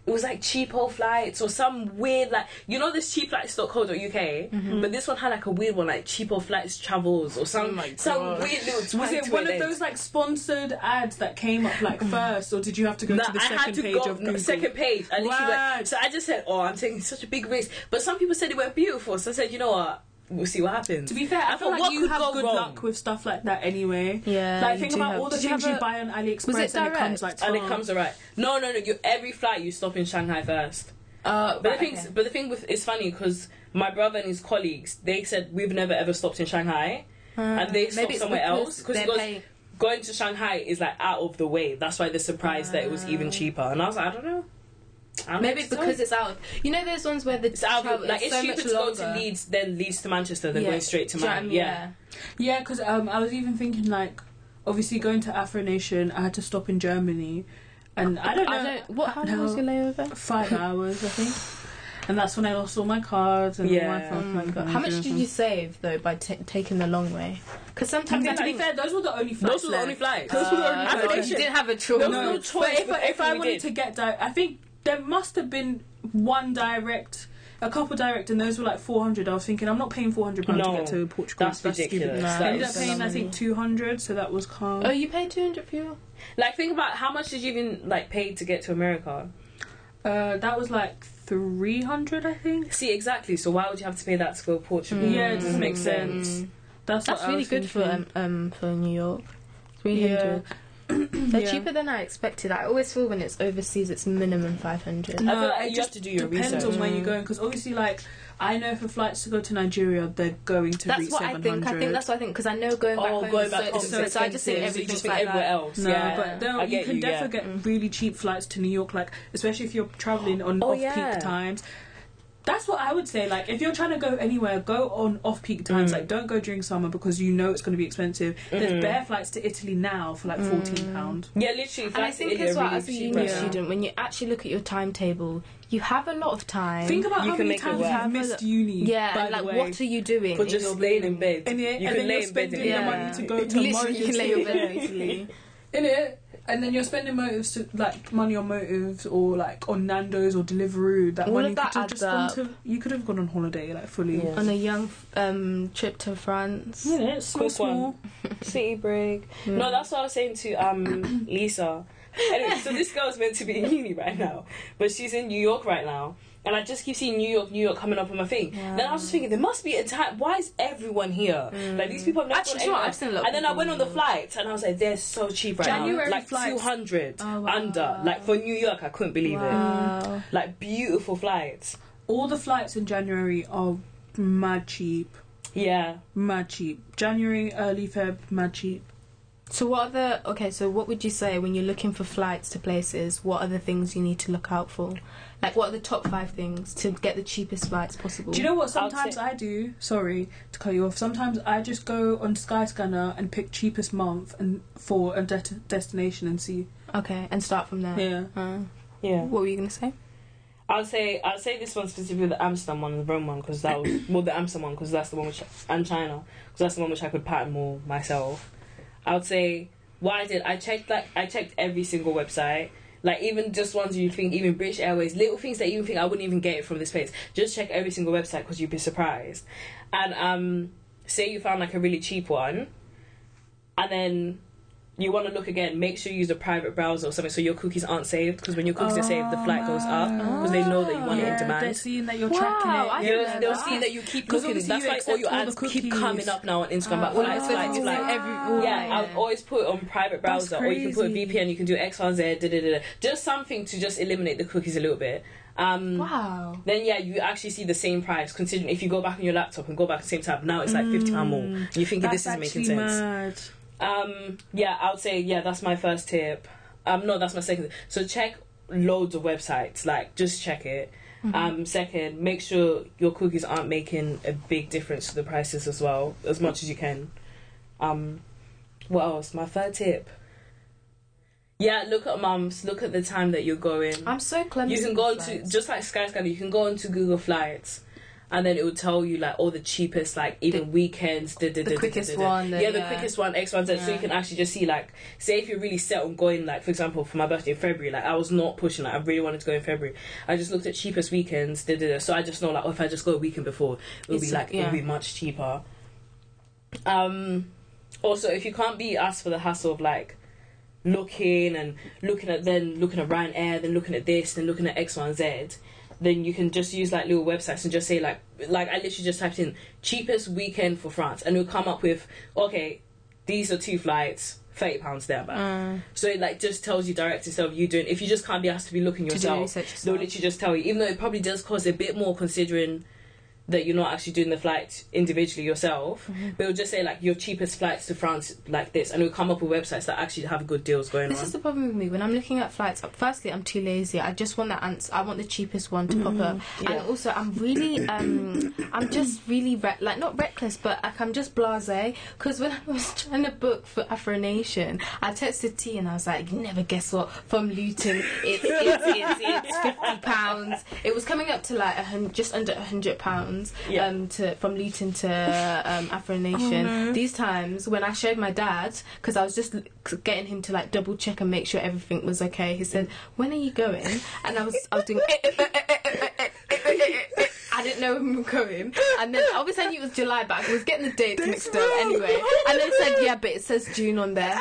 [SPEAKER 2] It was like cheapo flights or some weird like you know this cheapflights.co.uk,
[SPEAKER 3] Mm-hmm.
[SPEAKER 2] but this one had like a weird one like cheapo flights travels or some some weird little. twang
[SPEAKER 3] Oh Was it
[SPEAKER 2] to
[SPEAKER 3] one of
[SPEAKER 2] then.
[SPEAKER 3] those like sponsored ads that came up like first, or did you have to go
[SPEAKER 2] No,
[SPEAKER 3] to the
[SPEAKER 2] I
[SPEAKER 3] second
[SPEAKER 2] had to
[SPEAKER 3] page
[SPEAKER 2] go
[SPEAKER 3] of
[SPEAKER 2] no,
[SPEAKER 3] Google?
[SPEAKER 2] second page. I literally went-
[SPEAKER 3] What?
[SPEAKER 2] so I just said, "Oh, I'm taking such a big risk." But some people said it went beautiful, so I said, "You know what? we'll see what happens.
[SPEAKER 3] To be fair,
[SPEAKER 2] feel
[SPEAKER 3] I, feel like
[SPEAKER 2] what
[SPEAKER 3] you
[SPEAKER 2] could
[SPEAKER 3] have
[SPEAKER 2] go
[SPEAKER 3] good
[SPEAKER 2] wrong?
[SPEAKER 3] luck with stuff like that anyway.
[SPEAKER 1] Yeah,
[SPEAKER 3] like
[SPEAKER 1] you
[SPEAKER 3] think
[SPEAKER 1] do
[SPEAKER 3] about
[SPEAKER 1] have-
[SPEAKER 3] all the
[SPEAKER 1] Did you
[SPEAKER 3] things
[SPEAKER 1] have
[SPEAKER 3] you
[SPEAKER 1] a-
[SPEAKER 3] buy on AliExpress
[SPEAKER 1] it
[SPEAKER 3] and it comes
[SPEAKER 1] direct?
[SPEAKER 3] like
[SPEAKER 2] and it
[SPEAKER 3] twelve.
[SPEAKER 2] comes alright. No, no, no. You every flight you stop in Shanghai first.
[SPEAKER 1] Uh,
[SPEAKER 2] But
[SPEAKER 1] right,
[SPEAKER 2] the thing,
[SPEAKER 1] okay.
[SPEAKER 2] but the thing with it's funny because my brother and his colleagues they said we've never ever stopped in Shanghai. and they
[SPEAKER 1] Uh,
[SPEAKER 2] stop
[SPEAKER 1] it's
[SPEAKER 2] somewhere
[SPEAKER 1] because
[SPEAKER 2] else, 'cause
[SPEAKER 1] they're
[SPEAKER 2] it goes-
[SPEAKER 1] paying-
[SPEAKER 2] Going to Shanghai is like out of the way. That's why they're surprised that it was even cheaper. And I was like, I don't know. I don't
[SPEAKER 1] Maybe
[SPEAKER 2] think so.
[SPEAKER 1] because it's out. Of, you know those ones where the
[SPEAKER 2] it's out of,
[SPEAKER 1] travel
[SPEAKER 2] like
[SPEAKER 1] is
[SPEAKER 2] it's
[SPEAKER 1] so
[SPEAKER 2] cheaper
[SPEAKER 1] much
[SPEAKER 2] to go to
[SPEAKER 1] longer?
[SPEAKER 2] Leeds than Leeds to Manchester than
[SPEAKER 1] Yeah.
[SPEAKER 2] going straight to
[SPEAKER 1] Do you know what I
[SPEAKER 2] Manchester.
[SPEAKER 1] mean?
[SPEAKER 2] yeah.
[SPEAKER 3] Yeah, because um, I was even thinking like, obviously going to Afro Nation, I had to stop in Germany, and I don't know
[SPEAKER 1] what? How long was
[SPEAKER 3] No.
[SPEAKER 1] your layover?
[SPEAKER 3] five hours I think, and that's when I lost all my cards and all my
[SPEAKER 2] Yeah.
[SPEAKER 3] stuff like that.
[SPEAKER 1] Oh How much did you save though by ta taking the long way? Because sometimes
[SPEAKER 3] Yeah,
[SPEAKER 1] I
[SPEAKER 3] to be
[SPEAKER 1] think
[SPEAKER 3] fair, those were the only flights.
[SPEAKER 2] Those were the only
[SPEAKER 3] left.
[SPEAKER 2] flights.
[SPEAKER 3] Those were the only
[SPEAKER 1] Uh,
[SPEAKER 3] flights.
[SPEAKER 1] I think you didn't have a choice.
[SPEAKER 2] There was no choice,
[SPEAKER 3] But if,
[SPEAKER 2] but
[SPEAKER 3] if I
[SPEAKER 2] everything we
[SPEAKER 3] wanted
[SPEAKER 2] did.
[SPEAKER 3] to get direct, I think there must have been one direct, a couple direct, and those were like 400. I was thinking, I'm not paying 400 pounds to
[SPEAKER 2] No,
[SPEAKER 3] get to Portugal.
[SPEAKER 2] That's,
[SPEAKER 3] stupid.
[SPEAKER 2] ridiculous.
[SPEAKER 1] Nah.
[SPEAKER 3] I
[SPEAKER 2] That
[SPEAKER 3] ended up
[SPEAKER 2] is-
[SPEAKER 1] so
[SPEAKER 3] paying, I
[SPEAKER 1] much
[SPEAKER 3] think,
[SPEAKER 1] money.
[SPEAKER 3] 200, so that was calm.
[SPEAKER 1] Oh, you paid two hundred for you?
[SPEAKER 2] like think about how much did you even like pay to get to America?
[SPEAKER 3] Uh, that was like 300, I think.
[SPEAKER 2] See exactly. So why would you have to pay that to go to Portugal?
[SPEAKER 3] Mm. Yeah,
[SPEAKER 2] it doesn't make sense.
[SPEAKER 3] That's,
[SPEAKER 1] That's
[SPEAKER 3] what I
[SPEAKER 1] really
[SPEAKER 3] was
[SPEAKER 1] good for
[SPEAKER 3] thinking.
[SPEAKER 1] um, um for New York. Three hundred. They're
[SPEAKER 3] Yeah.
[SPEAKER 1] cheaper than I expected. I always feel when it's overseas, it's minimum five hundred.
[SPEAKER 3] No,
[SPEAKER 2] I feel like
[SPEAKER 3] it
[SPEAKER 2] you
[SPEAKER 3] just
[SPEAKER 2] have to do your
[SPEAKER 3] Depends
[SPEAKER 2] research.
[SPEAKER 3] on where you're going, because obviously, like, I know for flights to go to Nigeria, they're going to
[SPEAKER 1] That's
[SPEAKER 3] reach
[SPEAKER 1] what I
[SPEAKER 3] 700.
[SPEAKER 1] think. I think that's what I think because I know going back
[SPEAKER 2] Oh,
[SPEAKER 1] home
[SPEAKER 2] going
[SPEAKER 1] is
[SPEAKER 2] back
[SPEAKER 1] so
[SPEAKER 2] home,
[SPEAKER 1] expensive,
[SPEAKER 3] so
[SPEAKER 1] so I just think
[SPEAKER 3] expensive.
[SPEAKER 2] So you
[SPEAKER 1] everything's
[SPEAKER 2] just think
[SPEAKER 1] like
[SPEAKER 2] everywhere
[SPEAKER 1] that.
[SPEAKER 2] else.
[SPEAKER 3] No,
[SPEAKER 2] yeah.
[SPEAKER 3] but
[SPEAKER 2] I
[SPEAKER 3] no, you
[SPEAKER 2] get
[SPEAKER 3] can
[SPEAKER 2] you, yeah.
[SPEAKER 3] definitely
[SPEAKER 1] Mm.
[SPEAKER 3] get really cheap flights to New York, like especially if you're traveling on
[SPEAKER 2] Oh,
[SPEAKER 3] off-peak
[SPEAKER 2] yeah.
[SPEAKER 3] times. That's what I would say. Like, if you're trying to go anywhere, go on off-peak
[SPEAKER 1] Mm.
[SPEAKER 3] times. Like, don't go during summer because you know it's going to be expensive.
[SPEAKER 1] Mm-hmm.
[SPEAKER 3] There's bare flights to Italy now for like
[SPEAKER 1] Mm.
[SPEAKER 3] fourteen pound.
[SPEAKER 2] Yeah, literally.
[SPEAKER 1] And I
[SPEAKER 2] flights to
[SPEAKER 1] think
[SPEAKER 2] India
[SPEAKER 1] as well,
[SPEAKER 2] really
[SPEAKER 1] as a
[SPEAKER 2] cheap
[SPEAKER 1] uni
[SPEAKER 2] right now.
[SPEAKER 1] student, when you actually look at your timetable, you have a lot of time.
[SPEAKER 3] Think about
[SPEAKER 2] You
[SPEAKER 3] how
[SPEAKER 2] can
[SPEAKER 3] many
[SPEAKER 2] make it
[SPEAKER 3] times
[SPEAKER 2] work.
[SPEAKER 3] you've missed uni.
[SPEAKER 1] yeah,
[SPEAKER 3] by
[SPEAKER 1] and, like
[SPEAKER 3] the way.
[SPEAKER 1] what are you doing?
[SPEAKER 2] For
[SPEAKER 1] in
[SPEAKER 2] just
[SPEAKER 1] your-
[SPEAKER 2] laying in bed.
[SPEAKER 3] And yeah,
[SPEAKER 2] you
[SPEAKER 3] and
[SPEAKER 2] can
[SPEAKER 3] then
[SPEAKER 2] lay
[SPEAKER 3] you're
[SPEAKER 2] in bed.
[SPEAKER 3] spending
[SPEAKER 2] in
[SPEAKER 3] your
[SPEAKER 2] Italy.
[SPEAKER 3] money to go to
[SPEAKER 1] Literally, you can lay your bed
[SPEAKER 3] Maldives.
[SPEAKER 1] in Italy.
[SPEAKER 3] in it, and then you're spending motives to like money on motives or like on Nando's or Deliveroo. That
[SPEAKER 1] All
[SPEAKER 3] money
[SPEAKER 1] of that
[SPEAKER 3] could have
[SPEAKER 1] adds
[SPEAKER 3] just gone
[SPEAKER 1] up.
[SPEAKER 3] to. You could have gone on holiday like fully.
[SPEAKER 2] Yeah.
[SPEAKER 1] on a young um, trip to France.
[SPEAKER 3] Yeah, it's so
[SPEAKER 2] Quick
[SPEAKER 3] small.
[SPEAKER 2] one. City break. No, that's what I was saying to um Lisa. Anyway, so this girl's meant to be in uni right now, but she's in New York right now, and I just keep seeing New York, New York coming up on my thing. Then I was just thinking, there must be a time. Why is everyone here? Like these people have never
[SPEAKER 1] Actually,
[SPEAKER 2] gone
[SPEAKER 1] do you know what?
[SPEAKER 2] anywhere.
[SPEAKER 1] I've seen a lot of
[SPEAKER 2] And then I
[SPEAKER 1] people
[SPEAKER 2] went
[SPEAKER 1] in
[SPEAKER 2] on the
[SPEAKER 1] New
[SPEAKER 2] flight, and I was like, they're so cheap right
[SPEAKER 3] January
[SPEAKER 2] now, like
[SPEAKER 3] flights.
[SPEAKER 2] two hundred
[SPEAKER 3] Oh, wow.
[SPEAKER 2] under. Like for New York, I couldn't believe
[SPEAKER 1] Wow.
[SPEAKER 2] it. Like beautiful flights.
[SPEAKER 3] All the flights in January are mad cheap,
[SPEAKER 2] Yeah.
[SPEAKER 3] mad cheap. January, early Feb, mad cheap.
[SPEAKER 1] So what are the okay? So what would you say when you're looking for flights to places? What are the things you need to look out for? Like what are the top five things to get the cheapest flights possible?
[SPEAKER 3] Do you know what?
[SPEAKER 2] I'll
[SPEAKER 3] Sometimes
[SPEAKER 2] say-
[SPEAKER 3] I do. Sorry to cut you off. Sometimes I just go on Skyscanner and pick cheapest month and for a de- destination and see.
[SPEAKER 1] Okay, and start from there.
[SPEAKER 3] Yeah.
[SPEAKER 1] Uh,
[SPEAKER 2] Yeah.
[SPEAKER 1] what were you gonna say?
[SPEAKER 2] I'll say I'll say this one specifically the Amsterdam one and the Rome one because that was well the Amsterdam one because that's the one which and China because that's the one which I could pattern more myself. I would say what I did I checked like I checked every single website like even just ones you think even British Airways little things that you think I wouldn't even get it from this place just check every single website because you'd be surprised and um say you found like a really cheap one and then. You want to look again. Make sure you use a private browser or something so your cookies aren't saved. Because when your cookies are saved, the flight goes up because they know that you want it
[SPEAKER 3] Oh, yeah,
[SPEAKER 2] in demand.
[SPEAKER 3] they're seeing that you're
[SPEAKER 1] Wow,
[SPEAKER 3] tracking it.
[SPEAKER 1] I
[SPEAKER 3] yeah.
[SPEAKER 1] didn't
[SPEAKER 2] You'll,
[SPEAKER 1] know
[SPEAKER 2] they'll
[SPEAKER 1] that.
[SPEAKER 2] see that you keep
[SPEAKER 3] 'Cause
[SPEAKER 2] cooking.
[SPEAKER 3] obviously
[SPEAKER 2] That's
[SPEAKER 3] you
[SPEAKER 2] why all
[SPEAKER 3] accept
[SPEAKER 2] your
[SPEAKER 3] all
[SPEAKER 2] ads
[SPEAKER 3] the
[SPEAKER 2] keep
[SPEAKER 3] cookies.
[SPEAKER 2] coming up now on Instagram. Like all
[SPEAKER 1] Oh,
[SPEAKER 2] ads
[SPEAKER 1] so
[SPEAKER 2] flights,
[SPEAKER 1] it's
[SPEAKER 2] like
[SPEAKER 1] like every- all
[SPEAKER 2] yeah,
[SPEAKER 1] right.
[SPEAKER 2] I would always put it on private
[SPEAKER 3] That's
[SPEAKER 2] browser, or you can put a
[SPEAKER 3] crazy.
[SPEAKER 2] VPN. You can do X, Y, Z, da, da, da, da. just something to just eliminate the cookies a little bit. Um,
[SPEAKER 1] Wow.
[SPEAKER 2] Then yeah, you actually see the same price. Considering if you go back on your laptop and go back at the same time, now it's like fifty pound more. You think
[SPEAKER 3] Mm. That's
[SPEAKER 2] this is making
[SPEAKER 3] actually
[SPEAKER 2] sense?
[SPEAKER 3] mad.
[SPEAKER 2] Um, yeah, I would say yeah, that's my first tip. Um, no, that's my second. So check loads of websites. Like, just check it. Um, second, make sure your cookies aren't making a big difference to the prices as well, as much as you can. Um, what else? My third tip. Yeah, look at mums. Look at the time that you're going.
[SPEAKER 1] I'm so clumsy.
[SPEAKER 2] You can
[SPEAKER 1] with
[SPEAKER 2] go to
[SPEAKER 1] flights.
[SPEAKER 2] just like Skyscanner. You can go onto Google Flights, and then it will tell you like all the cheapest, like even weekends. The,
[SPEAKER 1] the quickest one, the-
[SPEAKER 2] yeah, the
[SPEAKER 1] yeah.
[SPEAKER 2] quickest one. X, Y, Z. So you
[SPEAKER 1] Yeah.
[SPEAKER 2] can actually just see like, say if you're really set on going, like for example, for my birthday in February, like I was not pushing. Like I really wanted to go in February. I just looked at cheapest weekends. Da, da, da. So I just know like, oh, if I just go a weekend before, it'll
[SPEAKER 1] It's-
[SPEAKER 2] be like
[SPEAKER 1] yeah.
[SPEAKER 2] it'll be much cheaper. Um. Also, if you can't be asked for the hassle of like looking and looking at then looking at Ryanair, then looking at this, then looking at X, Y, and Z. then you can just use like little websites and just say like like I literally just typed in cheapest weekend for France and it'll come up with okay these are two flights thirty pounds there
[SPEAKER 1] Uh,
[SPEAKER 2] back
[SPEAKER 1] Mm.
[SPEAKER 2] so it like just tells you direct instead of you doing if you just can't be asked to be looking
[SPEAKER 1] do
[SPEAKER 2] yourself
[SPEAKER 1] research
[SPEAKER 2] they'll
[SPEAKER 1] yourself.
[SPEAKER 2] literally just tell you even though it probably does cost a bit more considering that you're not actually doing the flight individually yourself
[SPEAKER 1] Mm-hmm.
[SPEAKER 2] but it'll just say like your cheapest flights to France like this and it'll come up with websites that actually have good deals going
[SPEAKER 1] This
[SPEAKER 2] on
[SPEAKER 1] is the problem with me when I'm looking at flights. uh, Firstly, I'm too lazy. I just want that answer. I want the cheapest one to pop up,
[SPEAKER 2] Mm-hmm. yeah.
[SPEAKER 1] and also I'm really, um, I'm just really re- like not reckless, but like I'm just blasé. Because when I was trying to book for Afro Nation, I texted T and I was like, "You never guess what from Luton? It's it's it's, it's fifty pounds. It was coming up to like a hun- just under a hundred pounds
[SPEAKER 2] Yeah.
[SPEAKER 1] um, to from Luton to um, Afro Nation. These times when I showed my dad, because I was just l- getting him to like double check and make sure everything was okay. He said, "When are you going?" And I was I was doing. eh, I didn't know when we were going, and then obviously I knew it was July, but I was getting the dates mixed up anyway. And then said, "Yeah, but it says June on there."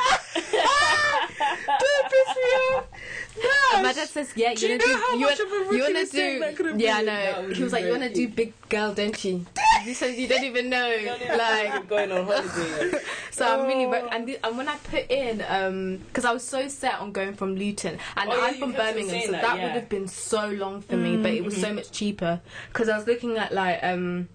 [SPEAKER 1] And my dad says, "Yeah, you,
[SPEAKER 3] you
[SPEAKER 1] wanna
[SPEAKER 3] know
[SPEAKER 1] do-
[SPEAKER 3] how
[SPEAKER 1] you
[SPEAKER 3] much
[SPEAKER 1] wanna-
[SPEAKER 3] of a
[SPEAKER 1] you wanna
[SPEAKER 3] rookie mistake that could
[SPEAKER 1] do,
[SPEAKER 3] have
[SPEAKER 1] yeah, I
[SPEAKER 3] been? That
[SPEAKER 1] know."
[SPEAKER 3] would
[SPEAKER 1] He was
[SPEAKER 3] be
[SPEAKER 1] like, "You wanna
[SPEAKER 3] very
[SPEAKER 1] do big girl, don't you?" He says, "You don't even know." Like,
[SPEAKER 2] going on holiday
[SPEAKER 1] so I'm really
[SPEAKER 2] Oh.
[SPEAKER 1] re- and, the- and when I put in, um, because I was so set on going from Luton, and
[SPEAKER 2] Oh, yeah,
[SPEAKER 1] I'm
[SPEAKER 2] you
[SPEAKER 1] from
[SPEAKER 2] kept on
[SPEAKER 1] Birmingham,
[SPEAKER 2] saying
[SPEAKER 1] so that,
[SPEAKER 2] that, yeah. Mm-hmm.
[SPEAKER 1] would have been so long for me, but it was so much cheaper because I was looking at like um.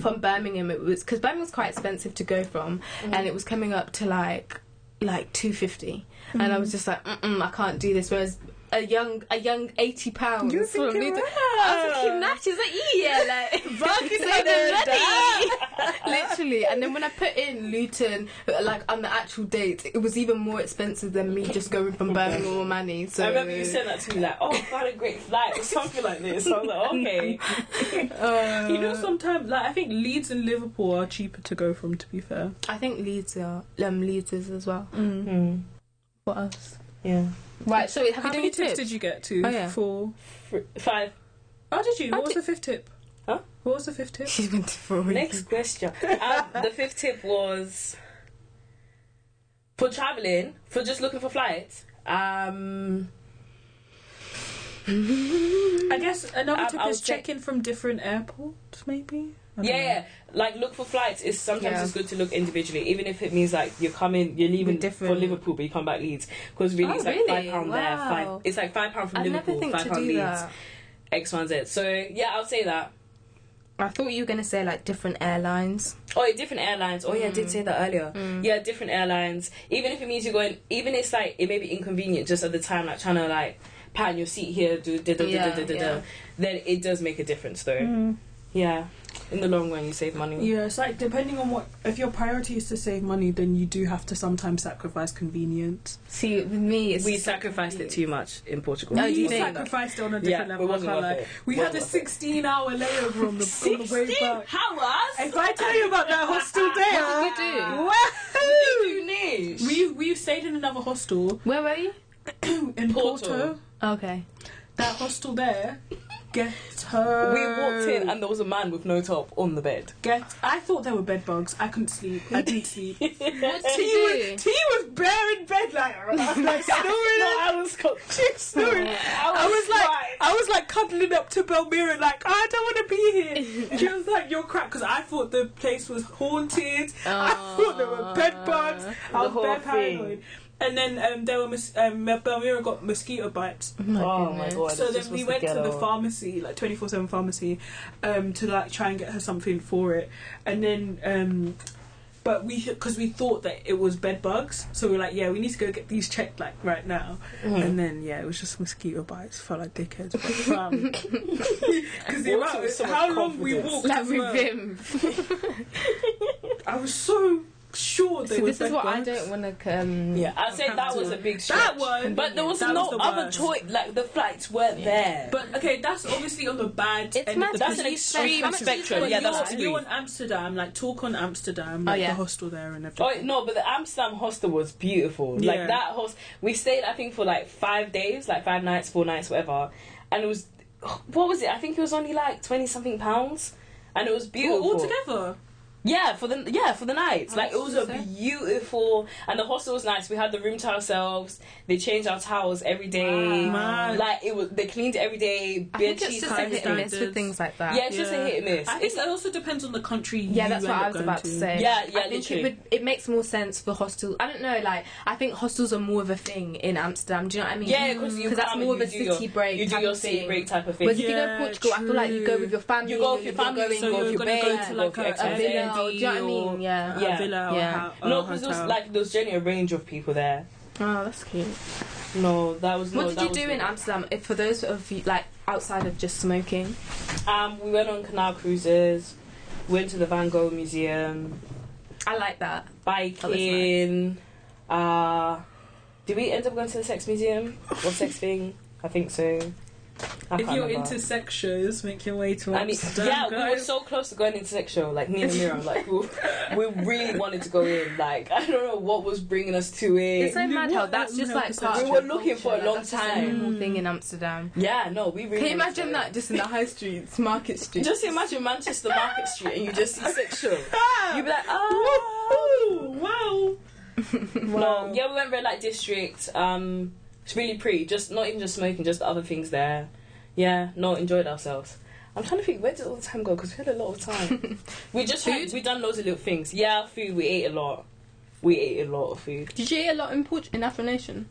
[SPEAKER 1] From Birmingham, it was because Birmingham's quite expensive to go from,
[SPEAKER 2] Mm-hmm.
[SPEAKER 1] and it was coming up to like like two fifty, and
[SPEAKER 2] Mm-hmm.
[SPEAKER 1] I was just like, Mm-mm, I can't do this. Whereas a young a young eighty pounds
[SPEAKER 3] You
[SPEAKER 1] from
[SPEAKER 3] thinking
[SPEAKER 1] Luton, I was
[SPEAKER 3] that?
[SPEAKER 1] thinking that is like yeah, like it's not even ready. Literally, and then when I put in Luton, like on the actual date, it was even more expensive than me just going from Birmingham or Manny. So
[SPEAKER 2] I remember you said that to me, like, oh, I've had a great flight, or something like this. I was like, okay.
[SPEAKER 1] Uh,
[SPEAKER 3] You know, sometimes like I think Leeds and Liverpool are cheaper to go from. To be fair,
[SPEAKER 1] I think Leeds are um, Leeds is as well. Mm-hmm.
[SPEAKER 3] what else?
[SPEAKER 2] Yeah.
[SPEAKER 1] Right. So have
[SPEAKER 3] Mm. How
[SPEAKER 1] you done
[SPEAKER 3] many
[SPEAKER 1] your
[SPEAKER 3] tips
[SPEAKER 1] tips?
[SPEAKER 3] did you get to?
[SPEAKER 1] Oh, yeah.
[SPEAKER 3] For
[SPEAKER 2] Five.
[SPEAKER 3] oh, did you?
[SPEAKER 1] I
[SPEAKER 3] What was
[SPEAKER 1] did-
[SPEAKER 3] the fifth tip?
[SPEAKER 2] Huh?
[SPEAKER 3] What was the fifth tip?
[SPEAKER 1] She's been to four already.
[SPEAKER 2] Next question. Um, the fifth tip was for traveling, for just looking for flights. Um,
[SPEAKER 3] I guess another
[SPEAKER 2] Um,
[SPEAKER 3] tip
[SPEAKER 2] I
[SPEAKER 3] is
[SPEAKER 2] would say-
[SPEAKER 3] check in from different airports, maybe. I don't
[SPEAKER 2] yeah,
[SPEAKER 3] know.
[SPEAKER 2] yeah, like look for flights. It's sometimes
[SPEAKER 1] Yeah.
[SPEAKER 2] it's good to look individually, even if it means like you're coming, you're leaving
[SPEAKER 1] With different-
[SPEAKER 2] for Liverpool, but you come back Leeds because really
[SPEAKER 1] Oh,
[SPEAKER 2] it's like
[SPEAKER 1] really?
[SPEAKER 2] five pound there,
[SPEAKER 1] Wow.
[SPEAKER 2] five. It's like five pound from
[SPEAKER 1] I never
[SPEAKER 2] Liverpool,
[SPEAKER 1] think
[SPEAKER 2] five
[SPEAKER 1] to
[SPEAKER 2] pound
[SPEAKER 1] do
[SPEAKER 2] Leeds,
[SPEAKER 1] that.
[SPEAKER 2] X, Y, and Z. So yeah, I'll say that.
[SPEAKER 1] I thought you were gonna say like different airlines.
[SPEAKER 2] Oh, yeah, different airlines. Oh, yeah, I did say that earlier.
[SPEAKER 1] Mm.
[SPEAKER 2] Mm. Yeah, different airlines. Even if it means you're going, even it's like it may be inconvenient just at the time, like trying to like pan your seat here, do da da da da
[SPEAKER 1] Yeah,
[SPEAKER 2] da da.
[SPEAKER 1] yeah.
[SPEAKER 2] da. Then it does make a difference, though.
[SPEAKER 3] Mm.
[SPEAKER 2] Yeah, in the long run, you save money.
[SPEAKER 3] Yeah, it's like depending on what. If your priority is to save money, then you do have to sometimes sacrifice convenience.
[SPEAKER 1] See, with me, it's
[SPEAKER 2] We sacrificed it too much in Portugal.
[SPEAKER 1] Oh, do you
[SPEAKER 3] we
[SPEAKER 1] think?
[SPEAKER 3] sacrificed it on a
[SPEAKER 2] Yeah,
[SPEAKER 3] different
[SPEAKER 2] it
[SPEAKER 3] level. I
[SPEAKER 2] wasn't
[SPEAKER 3] can't
[SPEAKER 2] worth
[SPEAKER 3] lie.
[SPEAKER 2] it.
[SPEAKER 3] We
[SPEAKER 2] Wasn't
[SPEAKER 3] had a
[SPEAKER 2] worth it.
[SPEAKER 3] 16 hour layover on the, on the way back.
[SPEAKER 2] hours.
[SPEAKER 3] If I tell you about that hostel
[SPEAKER 1] What did you do?
[SPEAKER 3] day,
[SPEAKER 2] You need.
[SPEAKER 3] wow. we've we've stayed in another hostel
[SPEAKER 1] Where were you?
[SPEAKER 3] in Porto.
[SPEAKER 2] Porto.
[SPEAKER 1] Okay.
[SPEAKER 3] That hostel there,
[SPEAKER 2] We
[SPEAKER 3] ghetto.
[SPEAKER 2] walked in and there was a man with no top on the bed.
[SPEAKER 3] Get, I thought there were bed bugs. I couldn't sleep. I didn't sleep. T
[SPEAKER 1] What did you do?
[SPEAKER 3] was, T was bare in bed like, I was like
[SPEAKER 2] No,
[SPEAKER 3] snoring.
[SPEAKER 2] I was. Co-
[SPEAKER 3] She was snoring. I was like, I was like cuddling up to Belmira, like "Oh, I don't want to be here. And she was like, "You're cracked," because I thought the place was haunted. I thought there were bed bugs. I was
[SPEAKER 2] whole
[SPEAKER 3] bare
[SPEAKER 2] thing.
[SPEAKER 3] paranoid. And then um, there were mos- um, Belmira got mosquito bites.
[SPEAKER 2] oh my god!
[SPEAKER 3] So
[SPEAKER 2] this
[SPEAKER 3] then we
[SPEAKER 2] was
[SPEAKER 3] went to the
[SPEAKER 2] ghetto.
[SPEAKER 3] pharmacy, like twenty four seven pharmacy, um, to like try and get her something for it, and then. Um, but we, because we thought that it was bed bugs, so we were like, yeah, we need to go get these checked like right now.
[SPEAKER 2] Hmm.
[SPEAKER 3] And then yeah, it was just mosquito bites. Felt like dickheads, but fam. Because the
[SPEAKER 2] Walked
[SPEAKER 3] amount,
[SPEAKER 2] with so much
[SPEAKER 3] how long we
[SPEAKER 2] confidence.
[SPEAKER 3] walked.
[SPEAKER 1] Like
[SPEAKER 3] as
[SPEAKER 1] with
[SPEAKER 3] well.
[SPEAKER 1] Vim.
[SPEAKER 3] I was so sure they
[SPEAKER 1] So
[SPEAKER 3] were
[SPEAKER 1] this is
[SPEAKER 3] bed
[SPEAKER 1] what I
[SPEAKER 3] bugs.
[SPEAKER 1] don't want to. Um,
[SPEAKER 3] Yeah,
[SPEAKER 2] I said that was a big stretch.
[SPEAKER 3] That one-
[SPEAKER 2] but there was
[SPEAKER 3] that
[SPEAKER 2] no
[SPEAKER 3] was the
[SPEAKER 2] other
[SPEAKER 3] worst.
[SPEAKER 2] choice. Like the flights weren't there.
[SPEAKER 3] But okay, that's obviously on the bad
[SPEAKER 1] It's
[SPEAKER 3] end
[SPEAKER 1] mad
[SPEAKER 3] of the
[SPEAKER 1] that
[SPEAKER 2] that's an
[SPEAKER 1] you spent-
[SPEAKER 2] extreme
[SPEAKER 1] how much did you
[SPEAKER 2] spectrum.
[SPEAKER 1] spend?
[SPEAKER 2] Yeah,
[SPEAKER 3] you're,
[SPEAKER 2] that's
[SPEAKER 3] you're
[SPEAKER 2] extreme.
[SPEAKER 3] on Amsterdam, like talk on Amsterdam, like
[SPEAKER 1] yeah.
[SPEAKER 3] the hostel there and everything.
[SPEAKER 2] Oh no, but the Amsterdam hostel was beautiful.
[SPEAKER 3] Yeah.
[SPEAKER 2] Like that host, we stayed I think for like five days, like five nights, four nights, whatever. And it was, what was it? I think it was only like twenty something pounds, and it was beautiful.
[SPEAKER 3] all, all together.
[SPEAKER 2] Yeah, for the yeah for the night.
[SPEAKER 1] Oh,
[SPEAKER 2] like it
[SPEAKER 1] that's
[SPEAKER 2] was
[SPEAKER 1] so
[SPEAKER 2] a
[SPEAKER 1] sad.
[SPEAKER 2] beautiful, and the hostel was nice. We had the room to ourselves. They changed our towels every day.
[SPEAKER 1] Wow.
[SPEAKER 3] Mad.
[SPEAKER 2] Like it was, they cleaned every day.
[SPEAKER 1] I
[SPEAKER 2] Beer
[SPEAKER 1] think it's
[SPEAKER 2] cheese
[SPEAKER 1] just a
[SPEAKER 2] kind of
[SPEAKER 1] hit and miss with
[SPEAKER 3] standards.
[SPEAKER 1] things like that.
[SPEAKER 2] Yeah, it's just a hit and miss.
[SPEAKER 3] I think
[SPEAKER 2] It's
[SPEAKER 3] it also depends on the country.
[SPEAKER 1] Yeah,
[SPEAKER 3] you
[SPEAKER 1] that's what
[SPEAKER 3] end up
[SPEAKER 1] I was
[SPEAKER 3] going
[SPEAKER 1] about to, say.
[SPEAKER 2] Yeah, yeah,
[SPEAKER 1] I think
[SPEAKER 2] literally.
[SPEAKER 1] it would. It makes more sense for hostels. I don't know. Like, I think hostels are more of a thing in Amsterdam. Do you know what I mean?
[SPEAKER 2] Yeah, because you
[SPEAKER 1] because that's
[SPEAKER 2] come and
[SPEAKER 1] more of
[SPEAKER 2] you
[SPEAKER 1] a
[SPEAKER 2] do your-
[SPEAKER 1] city break.
[SPEAKER 2] you do
[SPEAKER 1] type
[SPEAKER 2] your
[SPEAKER 1] of
[SPEAKER 2] city
[SPEAKER 1] thing.
[SPEAKER 2] break type of
[SPEAKER 1] Whereas
[SPEAKER 2] thing.
[SPEAKER 1] if you go to
[SPEAKER 3] Yeah,
[SPEAKER 1] Portugal, I feel like you go
[SPEAKER 3] true.
[SPEAKER 1] with your family.
[SPEAKER 2] You go with your
[SPEAKER 1] you're
[SPEAKER 2] family,
[SPEAKER 1] going
[SPEAKER 3] so
[SPEAKER 1] with
[SPEAKER 3] you're
[SPEAKER 1] your
[SPEAKER 3] gonna go
[SPEAKER 1] bed,
[SPEAKER 3] to like
[SPEAKER 2] or
[SPEAKER 3] a,
[SPEAKER 1] a
[SPEAKER 2] Airbnb
[SPEAKER 1] villa. or- Do you know what I
[SPEAKER 3] or
[SPEAKER 1] mean? Yeah.
[SPEAKER 2] Yeah.
[SPEAKER 3] a villa or
[SPEAKER 1] Yeah.
[SPEAKER 3] a house.
[SPEAKER 2] No, because there was like there was generally a range of people there.
[SPEAKER 1] Oh, that's cute.
[SPEAKER 2] No, that was.
[SPEAKER 1] What
[SPEAKER 2] no,
[SPEAKER 1] did
[SPEAKER 2] that
[SPEAKER 1] you
[SPEAKER 2] was
[SPEAKER 1] do
[SPEAKER 2] good.
[SPEAKER 1] in Amsterdam? If for those of you like outside of just smoking,
[SPEAKER 2] Um, we went on canal cruises. Went to the Van Gogh Museum.
[SPEAKER 1] I like that.
[SPEAKER 2] biking. Uh, did we end up going to the sex museum or sex thing? I think so. I
[SPEAKER 3] if
[SPEAKER 2] can't
[SPEAKER 3] you're
[SPEAKER 2] remember.
[SPEAKER 3] into sex shows, make your way to
[SPEAKER 2] I mean,
[SPEAKER 3] Amsterdam.
[SPEAKER 2] yeah, we were
[SPEAKER 3] guys.
[SPEAKER 2] so close to going into sex show. Like me and Amira, like we, we really wanted to go in. Like I don't know what was bringing us to it.
[SPEAKER 1] It's so
[SPEAKER 3] you
[SPEAKER 1] mad
[SPEAKER 3] know
[SPEAKER 1] how
[SPEAKER 3] what?
[SPEAKER 1] that's just
[SPEAKER 3] No,
[SPEAKER 1] like
[SPEAKER 3] because
[SPEAKER 1] part.
[SPEAKER 2] we
[SPEAKER 1] of
[SPEAKER 2] were
[SPEAKER 1] your
[SPEAKER 2] looking for a
[SPEAKER 1] culture,
[SPEAKER 2] long
[SPEAKER 1] that's just
[SPEAKER 2] time.
[SPEAKER 1] normal thing in Amsterdam.
[SPEAKER 2] yeah, no, we really.
[SPEAKER 1] Can you
[SPEAKER 2] wanted to
[SPEAKER 1] imagine
[SPEAKER 2] go in.
[SPEAKER 1] that just in the high streets, Market Street?
[SPEAKER 2] Just imagine Manchester Market Street and you just see sex show.
[SPEAKER 3] Ah!
[SPEAKER 2] You'd be like, oh.
[SPEAKER 3] Ooh, wow.
[SPEAKER 2] No, yeah, we went red light district. Um, it's really pretty. Just not even just smoking, just the other things there. Yeah, no, enjoyed ourselves. I'm trying to think where did all the time go because we had a lot of time. we just had,
[SPEAKER 1] Food?
[SPEAKER 2] we done loads of little things. Yeah, food. We ate a lot. We ate a lot of food.
[SPEAKER 1] Did you eat a lot in Port in Afro Nation?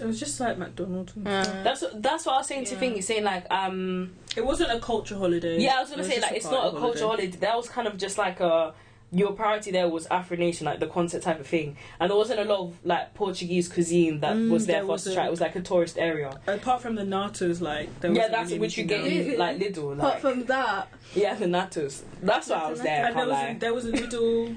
[SPEAKER 3] It was just like McDonald's. and stuff.
[SPEAKER 1] Uh,
[SPEAKER 2] That's that's what I was saying to
[SPEAKER 1] Yeah.
[SPEAKER 2] Thingy, saying like um
[SPEAKER 3] It wasn't a culture holiday.
[SPEAKER 2] yeah I was gonna
[SPEAKER 3] It
[SPEAKER 2] say
[SPEAKER 3] just
[SPEAKER 2] like it's not a
[SPEAKER 3] party
[SPEAKER 2] culture holiday. That was kind of just like a your priority there was Afro Nation, like the concert type of thing, and there wasn't a lot of like Portuguese cuisine that
[SPEAKER 3] Mm,
[SPEAKER 2] was there
[SPEAKER 3] there
[SPEAKER 2] for us to
[SPEAKER 3] wasn't.
[SPEAKER 2] try. It was like a tourist area.
[SPEAKER 3] Apart from the nattos, like there
[SPEAKER 2] Yeah,
[SPEAKER 3] wasn't
[SPEAKER 2] that's
[SPEAKER 3] really
[SPEAKER 2] what you
[SPEAKER 3] anything
[SPEAKER 2] get
[SPEAKER 3] else.
[SPEAKER 1] else.
[SPEAKER 2] in like little.
[SPEAKER 1] apart
[SPEAKER 2] Like,
[SPEAKER 1] from that,
[SPEAKER 2] yeah, the nattos. That's why I was there. I
[SPEAKER 3] And there
[SPEAKER 2] can't
[SPEAKER 3] was
[SPEAKER 2] lie.
[SPEAKER 3] a, there was a noodle.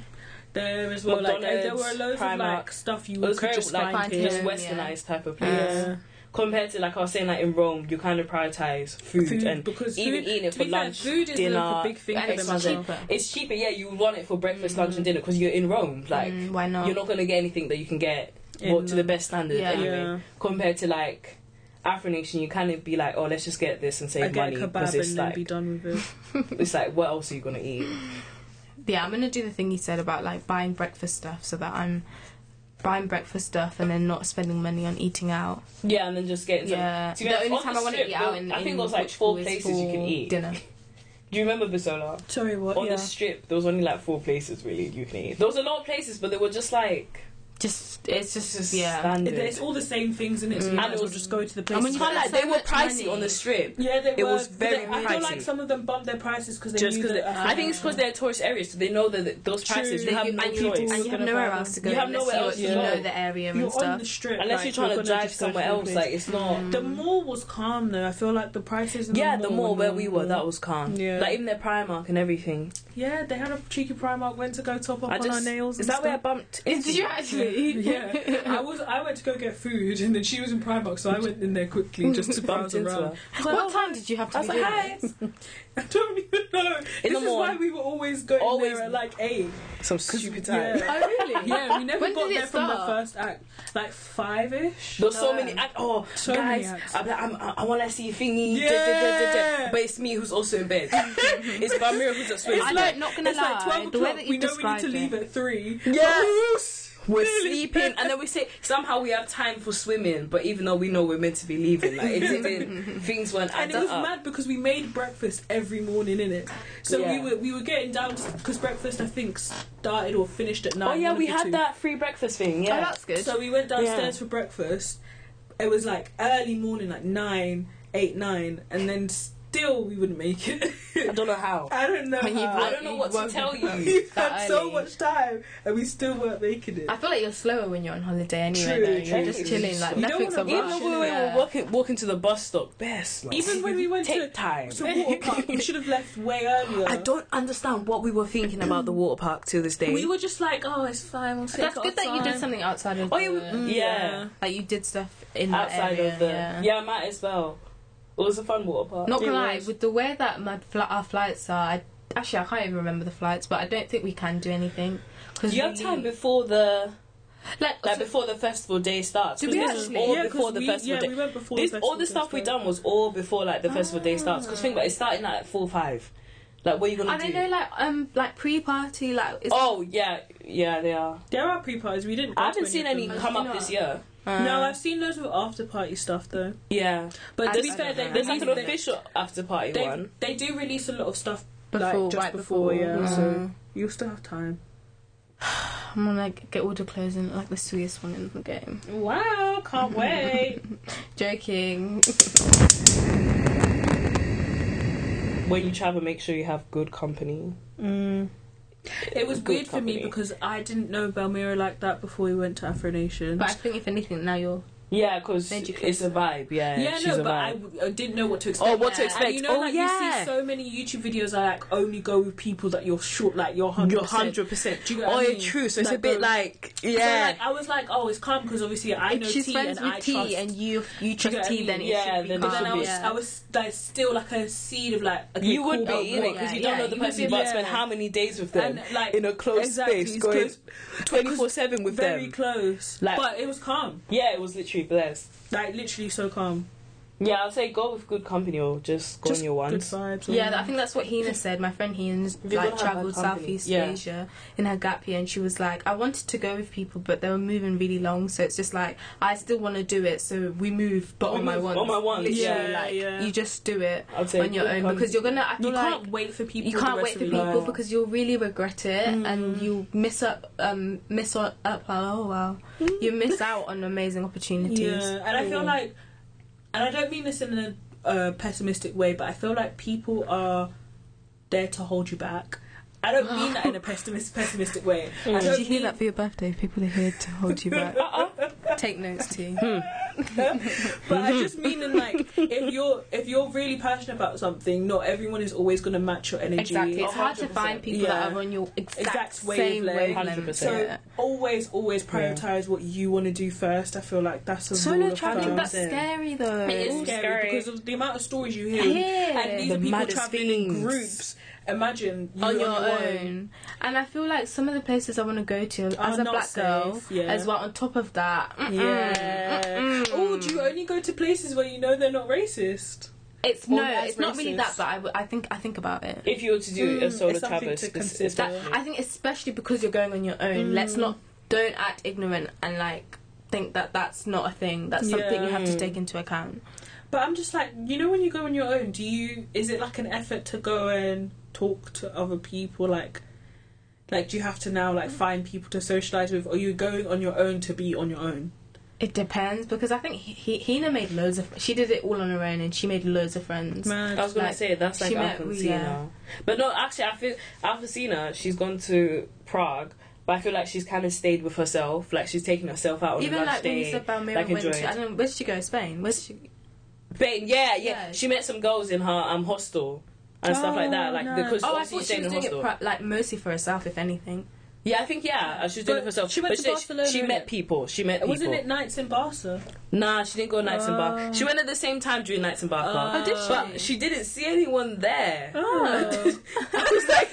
[SPEAKER 3] There as well, like there
[SPEAKER 2] McDonald's,
[SPEAKER 3] were loads
[SPEAKER 2] Primark.
[SPEAKER 3] of like stuff
[SPEAKER 2] It
[SPEAKER 3] you
[SPEAKER 2] was
[SPEAKER 3] could
[SPEAKER 2] very
[SPEAKER 3] just
[SPEAKER 2] like
[SPEAKER 3] find
[SPEAKER 1] here.
[SPEAKER 2] just
[SPEAKER 3] here.
[SPEAKER 2] westernized type of place.
[SPEAKER 3] Yeah.
[SPEAKER 2] Compared to like I was saying, like in Rome, you kind of prioritize food,
[SPEAKER 3] Food,
[SPEAKER 2] and
[SPEAKER 3] because
[SPEAKER 2] even
[SPEAKER 3] food-
[SPEAKER 2] eating it
[SPEAKER 3] to
[SPEAKER 2] for
[SPEAKER 3] be fair,
[SPEAKER 2] lunch,
[SPEAKER 3] food is
[SPEAKER 2] dinner,
[SPEAKER 3] like a big thing
[SPEAKER 1] and
[SPEAKER 3] for
[SPEAKER 2] X,
[SPEAKER 1] it's
[SPEAKER 3] them
[SPEAKER 2] Y,
[SPEAKER 3] as
[SPEAKER 2] Z.
[SPEAKER 3] well. Mm.
[SPEAKER 1] cheaper.
[SPEAKER 2] It's cheaper. Yeah, you would want it for breakfast, lunch, and dinner because you're in Rome. Like
[SPEAKER 1] Mm, why not?
[SPEAKER 2] you're not gonna get anything that you can get
[SPEAKER 3] In
[SPEAKER 2] well, to the
[SPEAKER 3] Rome.
[SPEAKER 2] best standard
[SPEAKER 1] Yeah.
[SPEAKER 2] anyway.
[SPEAKER 3] Yeah.
[SPEAKER 2] Compared to like Afro Nation, you kind of be like, oh, let's just get this and
[SPEAKER 3] I
[SPEAKER 2] save
[SPEAKER 3] get a
[SPEAKER 2] money
[SPEAKER 3] kebab
[SPEAKER 2] because
[SPEAKER 3] and
[SPEAKER 2] it's
[SPEAKER 3] then
[SPEAKER 2] like
[SPEAKER 3] be done with it.
[SPEAKER 2] it's like what else are you gonna eat?
[SPEAKER 1] yeah, I'm gonna do the thing you said about like buying breakfast stuff so that I'm buying breakfast stuff and then not spending money on eating out.
[SPEAKER 2] Yeah, and then just getting some
[SPEAKER 1] Yeah,
[SPEAKER 2] To be honest,
[SPEAKER 1] the only
[SPEAKER 2] on
[SPEAKER 1] time
[SPEAKER 2] the
[SPEAKER 1] I want to
[SPEAKER 2] strip,
[SPEAKER 1] eat out
[SPEAKER 2] there-
[SPEAKER 1] in
[SPEAKER 2] I think
[SPEAKER 1] in
[SPEAKER 2] there was, like, four
[SPEAKER 1] Portugal is
[SPEAKER 2] places you can
[SPEAKER 1] for
[SPEAKER 2] eat.
[SPEAKER 1] dinner.
[SPEAKER 2] Do you remember Bisola?
[SPEAKER 3] Sorry, what?
[SPEAKER 2] On
[SPEAKER 3] yeah.
[SPEAKER 2] the strip, there was only like four places really you can eat. There was a lot of places, but they were just like
[SPEAKER 1] Just it's just,
[SPEAKER 2] it's just
[SPEAKER 1] yeah.
[SPEAKER 2] standard.
[SPEAKER 3] It's all the same things in it, so
[SPEAKER 1] Mm.
[SPEAKER 3] you might
[SPEAKER 2] And it
[SPEAKER 3] as well
[SPEAKER 2] was-
[SPEAKER 3] just go to the
[SPEAKER 1] and
[SPEAKER 3] place.
[SPEAKER 1] when you
[SPEAKER 2] But, like,
[SPEAKER 1] so
[SPEAKER 2] they were
[SPEAKER 1] much
[SPEAKER 2] pricey
[SPEAKER 1] money.
[SPEAKER 2] on the strip.
[SPEAKER 3] yeah, they
[SPEAKER 2] it
[SPEAKER 3] were.
[SPEAKER 2] was
[SPEAKER 3] but
[SPEAKER 2] very
[SPEAKER 3] they- I feel
[SPEAKER 2] pricey.
[SPEAKER 3] like some of them bumped their prices because they
[SPEAKER 2] Just
[SPEAKER 3] knew
[SPEAKER 2] because
[SPEAKER 3] that, uh,
[SPEAKER 2] I think it's because they're tourist areas, so they know that th- those
[SPEAKER 3] True.
[SPEAKER 2] prices
[SPEAKER 1] They
[SPEAKER 2] you have
[SPEAKER 1] give-
[SPEAKER 2] no
[SPEAKER 1] and
[SPEAKER 2] choice.
[SPEAKER 1] and you have
[SPEAKER 3] You're gonna
[SPEAKER 1] nowhere
[SPEAKER 3] buy
[SPEAKER 1] else to
[SPEAKER 3] them.
[SPEAKER 1] go.
[SPEAKER 2] You have
[SPEAKER 1] unless
[SPEAKER 2] nowhere else
[SPEAKER 1] you,
[SPEAKER 2] to
[SPEAKER 1] you know
[SPEAKER 2] go.
[SPEAKER 1] the area
[SPEAKER 3] you're
[SPEAKER 1] and stuff.
[SPEAKER 3] on the strip.
[SPEAKER 2] Unless
[SPEAKER 3] like,
[SPEAKER 2] you're trying
[SPEAKER 3] gonna
[SPEAKER 2] to drive
[SPEAKER 3] just go
[SPEAKER 2] somewhere
[SPEAKER 3] to the
[SPEAKER 2] else,
[SPEAKER 3] place.
[SPEAKER 2] like it's not.
[SPEAKER 3] the mall was calm though. I feel like the prices. In
[SPEAKER 2] Yeah,
[SPEAKER 3] the
[SPEAKER 2] the
[SPEAKER 3] mall,
[SPEAKER 2] mall where we were, that was calm.
[SPEAKER 3] Mm. Yeah.
[SPEAKER 2] Like even their Primark and everything.
[SPEAKER 3] Yeah, they had a cheeky Primark. Went to go top up
[SPEAKER 2] I
[SPEAKER 3] on our
[SPEAKER 2] just
[SPEAKER 3] nails.
[SPEAKER 2] is
[SPEAKER 3] and
[SPEAKER 2] that where I
[SPEAKER 3] stuff.
[SPEAKER 2] bumped?
[SPEAKER 1] Did
[SPEAKER 2] into
[SPEAKER 1] you actually?
[SPEAKER 3] yeah, I was. I went to go get food, and then she was in Primark, so I went in there quickly just to
[SPEAKER 2] Bumped
[SPEAKER 3] browse
[SPEAKER 2] into
[SPEAKER 3] around.
[SPEAKER 2] her.
[SPEAKER 3] I was like,
[SPEAKER 1] What
[SPEAKER 3] "Oh,
[SPEAKER 1] time did you have to
[SPEAKER 2] I was
[SPEAKER 1] be
[SPEAKER 2] like,
[SPEAKER 1] doing
[SPEAKER 2] hi.
[SPEAKER 1] it?
[SPEAKER 3] I don't even know.
[SPEAKER 2] In
[SPEAKER 3] this
[SPEAKER 2] the
[SPEAKER 3] is
[SPEAKER 2] morning.
[SPEAKER 3] why we were always going
[SPEAKER 2] Always.
[SPEAKER 3] there at like eight.
[SPEAKER 2] Some stupid time.
[SPEAKER 3] Yeah.
[SPEAKER 1] Oh really?
[SPEAKER 3] yeah, we never
[SPEAKER 1] When
[SPEAKER 3] got
[SPEAKER 1] did it
[SPEAKER 3] there from the
[SPEAKER 1] start?
[SPEAKER 3] first act, like five ish.
[SPEAKER 2] There's so
[SPEAKER 1] Oh,
[SPEAKER 2] many.
[SPEAKER 1] yeah.
[SPEAKER 2] Act- oh,
[SPEAKER 3] So many
[SPEAKER 2] guys,
[SPEAKER 3] acts.
[SPEAKER 2] I'm like, I'm, I, I want to see thingy. da- da- da- da- da.
[SPEAKER 3] Yeah.
[SPEAKER 2] But it's me who's also in bed. it's Bamira who's at swimming.
[SPEAKER 1] It's like not gonna
[SPEAKER 3] It's
[SPEAKER 1] lie.
[SPEAKER 3] like twelve
[SPEAKER 1] the way
[SPEAKER 3] o'clock.
[SPEAKER 1] that you
[SPEAKER 3] We know we need
[SPEAKER 1] described
[SPEAKER 3] to leave
[SPEAKER 1] it.
[SPEAKER 3] at three.
[SPEAKER 2] Yes. we're
[SPEAKER 3] Really?
[SPEAKER 2] sleeping, and then we say somehow we have time for swimming, but even though we know we're meant to be leaving, like it didn't. things weren't
[SPEAKER 3] And
[SPEAKER 2] adding
[SPEAKER 3] it was
[SPEAKER 2] up.
[SPEAKER 3] mad because we made breakfast every morning in it. So
[SPEAKER 2] Yeah.
[SPEAKER 3] we were we were getting down because breakfast I think started or finished at nine.
[SPEAKER 2] Oh yeah,
[SPEAKER 3] one of
[SPEAKER 2] we
[SPEAKER 3] the
[SPEAKER 2] had
[SPEAKER 3] two.
[SPEAKER 2] that free breakfast thing.
[SPEAKER 1] Oh,
[SPEAKER 2] Yeah.
[SPEAKER 1] that's good.
[SPEAKER 3] So we went downstairs for breakfast. It was like early morning, like nine, eight, nine, and then still we wouldn't make it.
[SPEAKER 2] I don't know how.
[SPEAKER 3] I don't know.
[SPEAKER 1] When you've
[SPEAKER 3] how.
[SPEAKER 2] I don't know what to
[SPEAKER 1] Won't-
[SPEAKER 2] tell you.
[SPEAKER 3] We've had
[SPEAKER 1] That
[SPEAKER 3] so
[SPEAKER 1] early.
[SPEAKER 3] much time and we still weren't making it.
[SPEAKER 1] I feel like you're slower when you're on holiday anyway.
[SPEAKER 3] True,
[SPEAKER 1] though. You're
[SPEAKER 2] true.
[SPEAKER 1] just chilling, like
[SPEAKER 3] You don't
[SPEAKER 1] nothing's a
[SPEAKER 3] wanna
[SPEAKER 2] Even
[SPEAKER 1] rush.
[SPEAKER 3] rush.
[SPEAKER 2] when we were
[SPEAKER 1] Yeah.
[SPEAKER 2] walking, walking to the bus stop, best. Like,
[SPEAKER 3] Even when we went
[SPEAKER 2] take
[SPEAKER 3] to-
[SPEAKER 2] time.
[SPEAKER 3] So water park, we should have left way earlier.
[SPEAKER 5] I don't understand what we were thinking about the water park to this day.
[SPEAKER 3] We were just like, oh, it's fine. We'll take
[SPEAKER 1] That's
[SPEAKER 3] our
[SPEAKER 1] good that you did
[SPEAKER 3] time.
[SPEAKER 1] something outside of.
[SPEAKER 2] Oh, you-
[SPEAKER 1] the-
[SPEAKER 2] mm, yeah.
[SPEAKER 1] Like you did stuff in that
[SPEAKER 2] outside
[SPEAKER 1] area,
[SPEAKER 2] of the
[SPEAKER 1] yeah.
[SPEAKER 2] yeah. might as well. It was a fun water park.
[SPEAKER 1] Not gonna
[SPEAKER 3] It
[SPEAKER 1] lie,
[SPEAKER 3] was.
[SPEAKER 1] with the way that my fl- our flights are, I, actually I can't even remember the flights, but I don't think we can do anything. Cause
[SPEAKER 2] Do you have
[SPEAKER 1] we-
[SPEAKER 2] time before the
[SPEAKER 1] Like,
[SPEAKER 2] like
[SPEAKER 1] so-
[SPEAKER 2] before the festival day starts?
[SPEAKER 1] Do
[SPEAKER 2] 'Cause
[SPEAKER 1] we
[SPEAKER 2] this was
[SPEAKER 1] actually?
[SPEAKER 2] all
[SPEAKER 3] Yeah, 'cause
[SPEAKER 2] before the
[SPEAKER 3] we,
[SPEAKER 2] festival
[SPEAKER 3] yeah,
[SPEAKER 2] day.
[SPEAKER 3] we went before
[SPEAKER 2] this
[SPEAKER 3] the
[SPEAKER 2] all the
[SPEAKER 3] festival
[SPEAKER 2] stuff we
[SPEAKER 3] started.
[SPEAKER 2] done was all before like the festival day starts. Because think about it, it's starting at four five. Like, what are you gonna
[SPEAKER 1] I don't
[SPEAKER 2] do?
[SPEAKER 1] know, like um, like pre-party, like it's
[SPEAKER 2] Oh yeah, yeah they are.
[SPEAKER 3] There are pre parties. We didn't. go
[SPEAKER 2] I
[SPEAKER 3] to
[SPEAKER 2] haven't seen
[SPEAKER 3] of
[SPEAKER 2] any
[SPEAKER 3] them.
[SPEAKER 2] come up this year.
[SPEAKER 1] Uh,
[SPEAKER 3] No, I've seen loads of after party stuff though.
[SPEAKER 2] Yeah,
[SPEAKER 3] But
[SPEAKER 1] I
[SPEAKER 3] to
[SPEAKER 1] just-
[SPEAKER 3] be
[SPEAKER 1] I
[SPEAKER 3] fair,
[SPEAKER 1] don't
[SPEAKER 3] they,
[SPEAKER 1] know.
[SPEAKER 2] there's like an
[SPEAKER 3] they-
[SPEAKER 2] official after party
[SPEAKER 3] They,
[SPEAKER 2] one.
[SPEAKER 3] they do release a lot of stuff
[SPEAKER 1] before,
[SPEAKER 3] like, just
[SPEAKER 1] right
[SPEAKER 3] before,
[SPEAKER 1] before.
[SPEAKER 3] yeah.
[SPEAKER 1] Mm.
[SPEAKER 3] So you'll still have time.
[SPEAKER 1] I'm gonna like, get all the clothes and look like the sweetest one in the game.
[SPEAKER 3] Wow, can't wait.
[SPEAKER 1] Joking.
[SPEAKER 2] When you travel, make sure you have good company.
[SPEAKER 1] Mm.
[SPEAKER 3] It was
[SPEAKER 2] Good
[SPEAKER 3] weird for me
[SPEAKER 2] company.
[SPEAKER 3] because I didn't know Valmira like that before we went to Afro Nation.
[SPEAKER 1] But I think if anything, now you're
[SPEAKER 2] Yeah, because
[SPEAKER 1] Then you
[SPEAKER 2] it's a vibe. Yeah,
[SPEAKER 3] yeah,
[SPEAKER 2] she's
[SPEAKER 3] no,
[SPEAKER 2] a
[SPEAKER 3] but I,
[SPEAKER 2] vibe.
[SPEAKER 3] I didn't know what to expect.
[SPEAKER 2] Oh, what to
[SPEAKER 1] Yeah.
[SPEAKER 2] expect?
[SPEAKER 3] And you know,
[SPEAKER 2] oh
[SPEAKER 3] like you see
[SPEAKER 2] yeah,
[SPEAKER 3] so many YouTube videos that like only go with people that you're short, like you're hundred.
[SPEAKER 2] you're hundred percent.
[SPEAKER 3] Do you get
[SPEAKER 2] Oh,
[SPEAKER 3] what I
[SPEAKER 2] yeah,
[SPEAKER 3] mean?
[SPEAKER 2] true. So it's
[SPEAKER 3] Like
[SPEAKER 2] a bit
[SPEAKER 3] those-
[SPEAKER 2] like
[SPEAKER 3] So,
[SPEAKER 2] yeah.
[SPEAKER 3] like, I was like, oh, it's calm because obviously I know
[SPEAKER 1] if she's
[SPEAKER 3] T
[SPEAKER 1] friends
[SPEAKER 3] and
[SPEAKER 1] with
[SPEAKER 3] I
[SPEAKER 1] T
[SPEAKER 3] trust.
[SPEAKER 1] and you you
[SPEAKER 3] Do you
[SPEAKER 1] trust
[SPEAKER 3] get what I
[SPEAKER 1] T, then
[SPEAKER 2] mean?
[SPEAKER 1] it
[SPEAKER 2] Yeah,
[SPEAKER 1] should be
[SPEAKER 2] then it
[SPEAKER 3] But then
[SPEAKER 1] calm,
[SPEAKER 3] I was,
[SPEAKER 1] yeah.
[SPEAKER 3] I was like, still like a seed of like. Okay,
[SPEAKER 2] you would
[SPEAKER 3] cool, but
[SPEAKER 2] be in it
[SPEAKER 3] what?
[SPEAKER 2] because you
[SPEAKER 1] yeah,
[SPEAKER 2] don't know
[SPEAKER 1] yeah,
[SPEAKER 2] the
[SPEAKER 1] you would
[SPEAKER 2] person.
[SPEAKER 1] be
[SPEAKER 2] You might
[SPEAKER 1] there.
[SPEAKER 2] spend how many days with them
[SPEAKER 3] And like
[SPEAKER 2] in a closed
[SPEAKER 3] exactly,
[SPEAKER 2] space,
[SPEAKER 3] it's
[SPEAKER 2] going
[SPEAKER 3] close-
[SPEAKER 2] twenty four seven with
[SPEAKER 3] very
[SPEAKER 2] them.
[SPEAKER 3] close.
[SPEAKER 2] Like-
[SPEAKER 3] but it was calm.
[SPEAKER 2] Yeah, it was literally blessed.
[SPEAKER 3] Like literally so calm.
[SPEAKER 2] Yeah, I'll say go with good company or just go
[SPEAKER 3] Just
[SPEAKER 2] on your
[SPEAKER 3] good
[SPEAKER 2] ones.
[SPEAKER 3] vibes.
[SPEAKER 1] Yeah, I think that's what Hina said. My friend Hina
[SPEAKER 2] you
[SPEAKER 1] like
[SPEAKER 2] gotta have
[SPEAKER 1] traveled
[SPEAKER 2] that company.
[SPEAKER 1] Southeast
[SPEAKER 2] Yeah.
[SPEAKER 1] Asia in her gap year, and she was like, I wanted to go with people, but they were moving really long, so it's just like I still want to do it, so we move, but
[SPEAKER 2] We
[SPEAKER 1] on my
[SPEAKER 2] move
[SPEAKER 1] ones.
[SPEAKER 2] on my ones,
[SPEAKER 1] Literally,
[SPEAKER 3] yeah,
[SPEAKER 1] like
[SPEAKER 3] yeah.
[SPEAKER 1] you just do it
[SPEAKER 2] I'll say
[SPEAKER 1] on your
[SPEAKER 2] good
[SPEAKER 1] own
[SPEAKER 2] company.
[SPEAKER 1] because you're gonna. I feel
[SPEAKER 3] you
[SPEAKER 1] like
[SPEAKER 3] can't wait for people.
[SPEAKER 1] you can't
[SPEAKER 3] the
[SPEAKER 1] wait
[SPEAKER 3] rest
[SPEAKER 1] for
[SPEAKER 3] of your
[SPEAKER 1] people
[SPEAKER 3] life.
[SPEAKER 1] because you'll really regret it and
[SPEAKER 3] Mm.
[SPEAKER 1] you'll miss up, um, miss on, up. Oh wow, you miss out on amazing opportunities.
[SPEAKER 3] Mm. Yeah, and I feel
[SPEAKER 2] Cool.
[SPEAKER 3] like, and I don't mean this in a uh, pessimistic way, but I feel like people are there to hold you back. I don't mean that in a pessimist, pessimistic way. I
[SPEAKER 1] Did
[SPEAKER 3] don't
[SPEAKER 1] you hear
[SPEAKER 3] mean-
[SPEAKER 1] that for your birthday? People are here to hold you back. Take notes, T.
[SPEAKER 3] But I just mean in like if you're if you're really passionate about something, not everyone is always going to match your energy.
[SPEAKER 1] Exactly. It's hard to
[SPEAKER 2] 100%.
[SPEAKER 1] find people that
[SPEAKER 3] Yeah.
[SPEAKER 1] are on your exact,
[SPEAKER 3] Exact
[SPEAKER 1] same
[SPEAKER 3] wavelength.
[SPEAKER 1] wavelength.
[SPEAKER 2] 100%.
[SPEAKER 3] So
[SPEAKER 1] Yeah.
[SPEAKER 3] always, always prioritize what you want to do first. I feel like that's a rule
[SPEAKER 1] Solo
[SPEAKER 3] of
[SPEAKER 1] traveling,
[SPEAKER 3] thumb.
[SPEAKER 1] that's scary though.
[SPEAKER 3] It is scary,
[SPEAKER 2] Scary.
[SPEAKER 3] because of the amount of stories you hear.
[SPEAKER 1] Yeah.
[SPEAKER 3] And these
[SPEAKER 2] The
[SPEAKER 3] are people
[SPEAKER 2] maddest
[SPEAKER 3] traveling in
[SPEAKER 2] things.
[SPEAKER 3] groups. Imagine you
[SPEAKER 1] on your own. And I feel like some of the places I want to go to
[SPEAKER 3] Are
[SPEAKER 1] as a
[SPEAKER 3] not
[SPEAKER 1] black girl,
[SPEAKER 3] safe, yeah.
[SPEAKER 1] as well, on top of that, mm-mm,
[SPEAKER 3] Yeah.
[SPEAKER 1] mm-mm.
[SPEAKER 3] Oh, do you only go to places where you know they're not racist?
[SPEAKER 1] it's
[SPEAKER 3] Or
[SPEAKER 1] no,
[SPEAKER 3] that's
[SPEAKER 1] it's not really
[SPEAKER 3] racist.
[SPEAKER 1] that, but I, w- I think I think about it.
[SPEAKER 2] If you were Hmm, to do a
[SPEAKER 3] Mm,
[SPEAKER 2] solo
[SPEAKER 3] it's something
[SPEAKER 2] travel,
[SPEAKER 3] to
[SPEAKER 2] spec-
[SPEAKER 3] consider.
[SPEAKER 1] that
[SPEAKER 2] especially-
[SPEAKER 1] I think especially because you're going on your own. Let's
[SPEAKER 3] Mm.
[SPEAKER 1] not don't act ignorant and like think that that's not a thing. That's something you have to
[SPEAKER 2] Yeah.
[SPEAKER 1] take into account.
[SPEAKER 3] But I'm just like, you know, when you go on your own, do you? Is it like an effort to go and talk to other people? Like, like do you have to now like find people to socialize with, or you going on your own to be on your own?
[SPEAKER 1] It depends because I think he, he, Hina made loads of. She did it all on her own and she made loads of friends.
[SPEAKER 2] I was gonna
[SPEAKER 1] Like,
[SPEAKER 2] say that's like
[SPEAKER 1] she met-
[SPEAKER 2] Alfonsina,
[SPEAKER 1] yeah.
[SPEAKER 2] but no, actually, I feel Alfonsina. She's gone to Prague, but I feel like she's kind of stayed with herself. Like she's taking herself out on a
[SPEAKER 1] Even
[SPEAKER 2] lunch
[SPEAKER 1] like when you
[SPEAKER 2] day.
[SPEAKER 1] said Balmira
[SPEAKER 2] like,
[SPEAKER 1] went
[SPEAKER 2] enjoyed.
[SPEAKER 1] to, I don't know, where did she go? Spain? Where's she?
[SPEAKER 2] Babe, yeah, yeah,
[SPEAKER 1] Yeah.
[SPEAKER 2] She met some girls in her um hostel and stuff like that.
[SPEAKER 3] Oh,
[SPEAKER 2] Like
[SPEAKER 3] nice.
[SPEAKER 2] because
[SPEAKER 1] Oh, I
[SPEAKER 2] obviously
[SPEAKER 1] thought
[SPEAKER 2] she's
[SPEAKER 1] she
[SPEAKER 2] staying
[SPEAKER 1] was
[SPEAKER 2] in
[SPEAKER 1] doing it
[SPEAKER 2] hostel.
[SPEAKER 1] pro- like mostly for herself, if anything.
[SPEAKER 2] yeah, I think yeah, she was doing it for herself.
[SPEAKER 3] She went
[SPEAKER 2] but
[SPEAKER 3] to
[SPEAKER 2] she,
[SPEAKER 3] Barcelona,
[SPEAKER 2] She
[SPEAKER 3] innit?
[SPEAKER 2] met people. She met Oh, people.
[SPEAKER 3] Wasn't it nights in Barca?
[SPEAKER 2] Nah, she didn't go nights in Barca.
[SPEAKER 1] Oh.
[SPEAKER 2] She went at the same time during nights in Barca.
[SPEAKER 3] Oh, did she?
[SPEAKER 2] But she didn't see anyone there.
[SPEAKER 3] Oh.
[SPEAKER 2] I was like,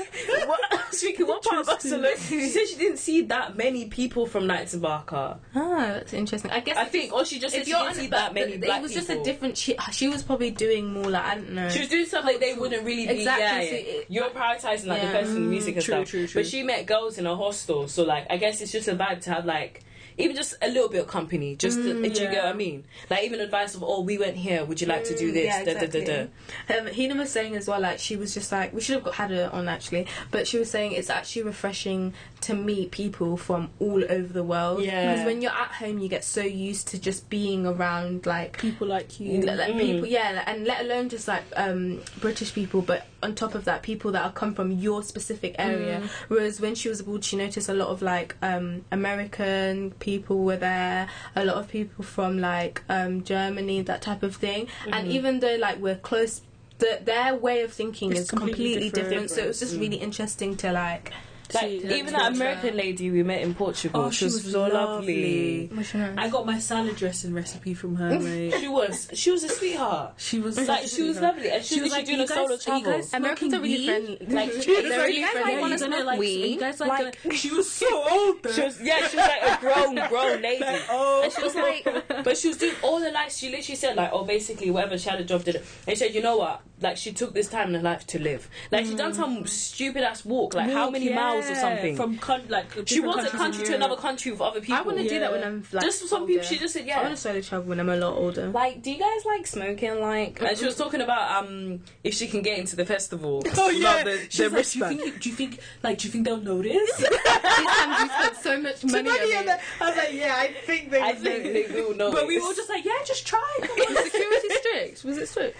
[SPEAKER 2] what? I was thinking, what part of Barcelona? She said she didn't see that many people from nights in Barca.
[SPEAKER 1] Ah, that's interesting. I guess
[SPEAKER 2] I
[SPEAKER 1] it's
[SPEAKER 2] think, or she just said
[SPEAKER 1] if
[SPEAKER 2] she
[SPEAKER 1] you're
[SPEAKER 2] didn't
[SPEAKER 1] on
[SPEAKER 2] see that many
[SPEAKER 1] it
[SPEAKER 2] black
[SPEAKER 1] was
[SPEAKER 2] people.
[SPEAKER 1] just a different. She, she was probably doing more like I don't know.
[SPEAKER 2] She was doing stuff like they wouldn't really be.
[SPEAKER 1] Exactly,
[SPEAKER 2] Yeah,
[SPEAKER 1] so
[SPEAKER 2] yeah.
[SPEAKER 1] it-
[SPEAKER 2] You're prioritizing like
[SPEAKER 1] Yeah.
[SPEAKER 2] the person, the music and
[SPEAKER 3] True,
[SPEAKER 2] stuff.
[SPEAKER 3] true, true.
[SPEAKER 2] But she met girls in a hostel, so like I guess it's just a vibe to have like even just a little bit of company. Just to,
[SPEAKER 1] Mm,
[SPEAKER 2] do you
[SPEAKER 3] yeah.
[SPEAKER 2] get what I mean? Like even advice of oh we went here, would you like to do this?
[SPEAKER 1] Mm, Yeah,
[SPEAKER 2] Da, da, da,
[SPEAKER 1] exactly.
[SPEAKER 2] da.
[SPEAKER 1] Um, Hina was saying as well, like she was just like we should have got, had her on actually, but she was saying it's actually refreshing to meet people from all over the world.
[SPEAKER 2] Yeah.
[SPEAKER 1] Because when you're at home, you get so used to just being around like
[SPEAKER 3] People like you.
[SPEAKER 1] like, like
[SPEAKER 2] Mm.
[SPEAKER 1] people, yeah, like- and let alone just like um, British people, but on top of that, people that are come from your specific area. Whereas when she was abroad, she noticed a lot of like um, American people were there, a lot of people from like um, Germany, that type of thing. And even though like we're close, the, their way of thinking
[SPEAKER 3] It's
[SPEAKER 1] is
[SPEAKER 3] completely
[SPEAKER 1] completely, different. Mm.
[SPEAKER 3] different.
[SPEAKER 1] So it was just really interesting to like
[SPEAKER 2] Like
[SPEAKER 3] She-
[SPEAKER 2] even that American lady we met in Portugal,
[SPEAKER 1] Oh,
[SPEAKER 2] she, was, so lovely.
[SPEAKER 3] I got my salad dressing recipe from her. Mate.
[SPEAKER 2] She was she was a sweetheart.
[SPEAKER 3] She was
[SPEAKER 2] Like she was lovely, and she, was like doing a solo travel.
[SPEAKER 1] Americans are really friendly.
[SPEAKER 2] like
[SPEAKER 1] They're really friendly.
[SPEAKER 2] Yeah,
[SPEAKER 1] wanna
[SPEAKER 2] you
[SPEAKER 1] smoke weed?
[SPEAKER 3] like, she was so old. Though.
[SPEAKER 2] She was yeah, she was like a grown, grown lady.
[SPEAKER 3] oh,
[SPEAKER 2] And she was like but she was doing all her life she literally said like, Oh basically whatever she had a job did it and she said, You know what? Like she took this time in her life to live. Like she done some stupid ass walk, like how many miles or something.
[SPEAKER 3] from con- like
[SPEAKER 2] she was a country to another country with other people.
[SPEAKER 1] I want to do that when
[SPEAKER 3] Yeah.
[SPEAKER 1] I'm like.
[SPEAKER 2] just some people
[SPEAKER 1] older.
[SPEAKER 2] she just said,
[SPEAKER 1] I
[SPEAKER 2] Yeah.
[SPEAKER 1] want to solo travel when I'm a lot older.
[SPEAKER 2] like, do you guys like smoking? Like, and she was talking about um if she can get into the festival.
[SPEAKER 3] Oh
[SPEAKER 2] without
[SPEAKER 3] yeah,
[SPEAKER 2] the,
[SPEAKER 3] She
[SPEAKER 2] the
[SPEAKER 3] was like, do
[SPEAKER 2] wristband.
[SPEAKER 3] you think? Do you think? Like, do you think they'll notice?
[SPEAKER 1] Sometimes you spend so much money. on it.
[SPEAKER 3] I was like, yeah, I think they.
[SPEAKER 2] I think they will know.
[SPEAKER 3] But we were all just like, yeah, just try. Come on.
[SPEAKER 1] Was security strict? Was it strict?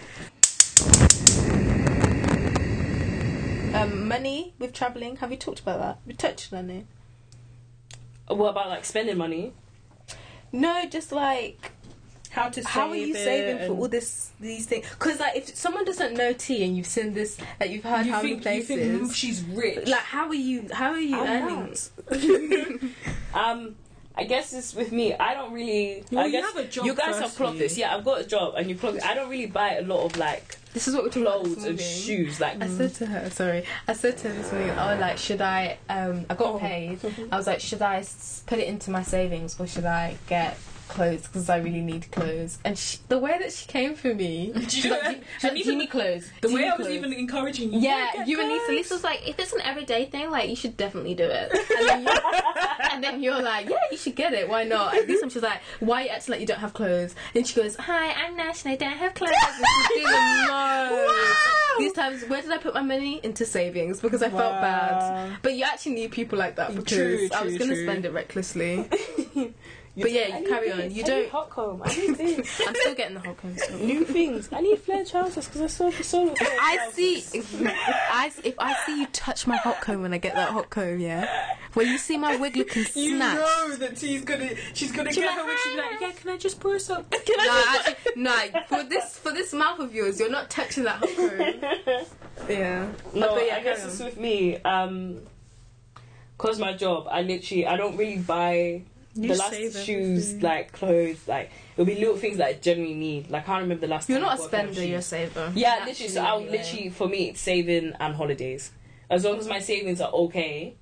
[SPEAKER 6] Um, money with traveling. Have we talked about that? We touched on it.
[SPEAKER 2] what about like spending money?
[SPEAKER 6] No, just like
[SPEAKER 3] How to?
[SPEAKER 6] how are you
[SPEAKER 3] save it
[SPEAKER 6] saving for
[SPEAKER 3] and-
[SPEAKER 6] all this these things? Because like if someone doesn't know tea and you've seen this, like you've heard
[SPEAKER 3] You
[SPEAKER 6] how many
[SPEAKER 3] think, you
[SPEAKER 6] places,
[SPEAKER 3] think she's rich?
[SPEAKER 6] like how are you how are you
[SPEAKER 3] Oh,
[SPEAKER 2] I'm
[SPEAKER 6] earning?
[SPEAKER 2] Um, I guess it's with me. I don't really.
[SPEAKER 3] Well,
[SPEAKER 2] I
[SPEAKER 3] you
[SPEAKER 2] guess
[SPEAKER 3] have a job,
[SPEAKER 2] You guys have
[SPEAKER 3] firstly.
[SPEAKER 2] clocked this. Yeah, I've got a job, and you clocked. it. I don't really buy a lot of like
[SPEAKER 1] This is what we talked about.
[SPEAKER 2] clothes
[SPEAKER 1] this
[SPEAKER 2] and
[SPEAKER 1] morning.
[SPEAKER 2] shoes. Like,
[SPEAKER 6] I said to her, sorry, I said to her this morning, oh, like, should I, um, I
[SPEAKER 3] Oh.
[SPEAKER 6] got paid. I was like, should I s- put it into my savings or should I get clothes because I really need clothes? And she, the way that she came for me, she's
[SPEAKER 3] know-
[SPEAKER 6] like, do, she's like,
[SPEAKER 3] and
[SPEAKER 6] do you
[SPEAKER 3] even
[SPEAKER 6] need clothes?
[SPEAKER 3] the
[SPEAKER 6] Do you
[SPEAKER 3] way
[SPEAKER 6] need
[SPEAKER 3] I was
[SPEAKER 6] clothes?"
[SPEAKER 3] even encouraging you.
[SPEAKER 6] Yeah, you and Lisa,
[SPEAKER 1] Lisa's like, if it's an everyday thing, like you should definitely do it. And then, you, and then you're like, yeah, you should get it. Why not? And this time she's like, why are you acting like you don't have clothes? And she goes, hi, I'm Nash and I don't have clothes. And she's doing loads. These times, where did I put my money into savings because I felt bad. But you actually need people like that because
[SPEAKER 3] True,
[SPEAKER 1] I was
[SPEAKER 3] true,
[SPEAKER 1] gonna
[SPEAKER 3] true.
[SPEAKER 1] spend it recklessly. but yeah,
[SPEAKER 2] I
[SPEAKER 1] you
[SPEAKER 2] need
[SPEAKER 1] carry on.
[SPEAKER 2] this,
[SPEAKER 1] You
[SPEAKER 2] I need
[SPEAKER 1] don't.
[SPEAKER 2] hot comb. I need this.
[SPEAKER 1] I'm still getting the whole concept.
[SPEAKER 2] New things. I need flare trousers because I saw the solo. flare
[SPEAKER 1] I
[SPEAKER 2] trousers.
[SPEAKER 1] see. If I, if I see you touch my hot comb when I get that hot comb, yeah. When you see my wig looking
[SPEAKER 3] You
[SPEAKER 1] snatched.
[SPEAKER 3] know that T's gonna, she's gonna get her, and she's like, yeah, can I just pour some?
[SPEAKER 1] No, actually, no. For this, for this mouth of yours, you're not touching that hot comb. Yeah.
[SPEAKER 2] No,
[SPEAKER 1] But yeah,
[SPEAKER 2] I guess
[SPEAKER 1] carry
[SPEAKER 2] it's with me. Um, cause my job, I literally I don't really buy the last shoes, like clothes, like it'll be little things that I generally need. Like I can't remember the last.
[SPEAKER 1] You're
[SPEAKER 2] time
[SPEAKER 1] not a
[SPEAKER 2] I bought pair of
[SPEAKER 1] spender,
[SPEAKER 2] shoes.
[SPEAKER 1] you're a saver.
[SPEAKER 2] Yeah, literally. So I'll
[SPEAKER 1] Naturally,
[SPEAKER 2] literally for me it's saving and holidays. As long as my savings are okay,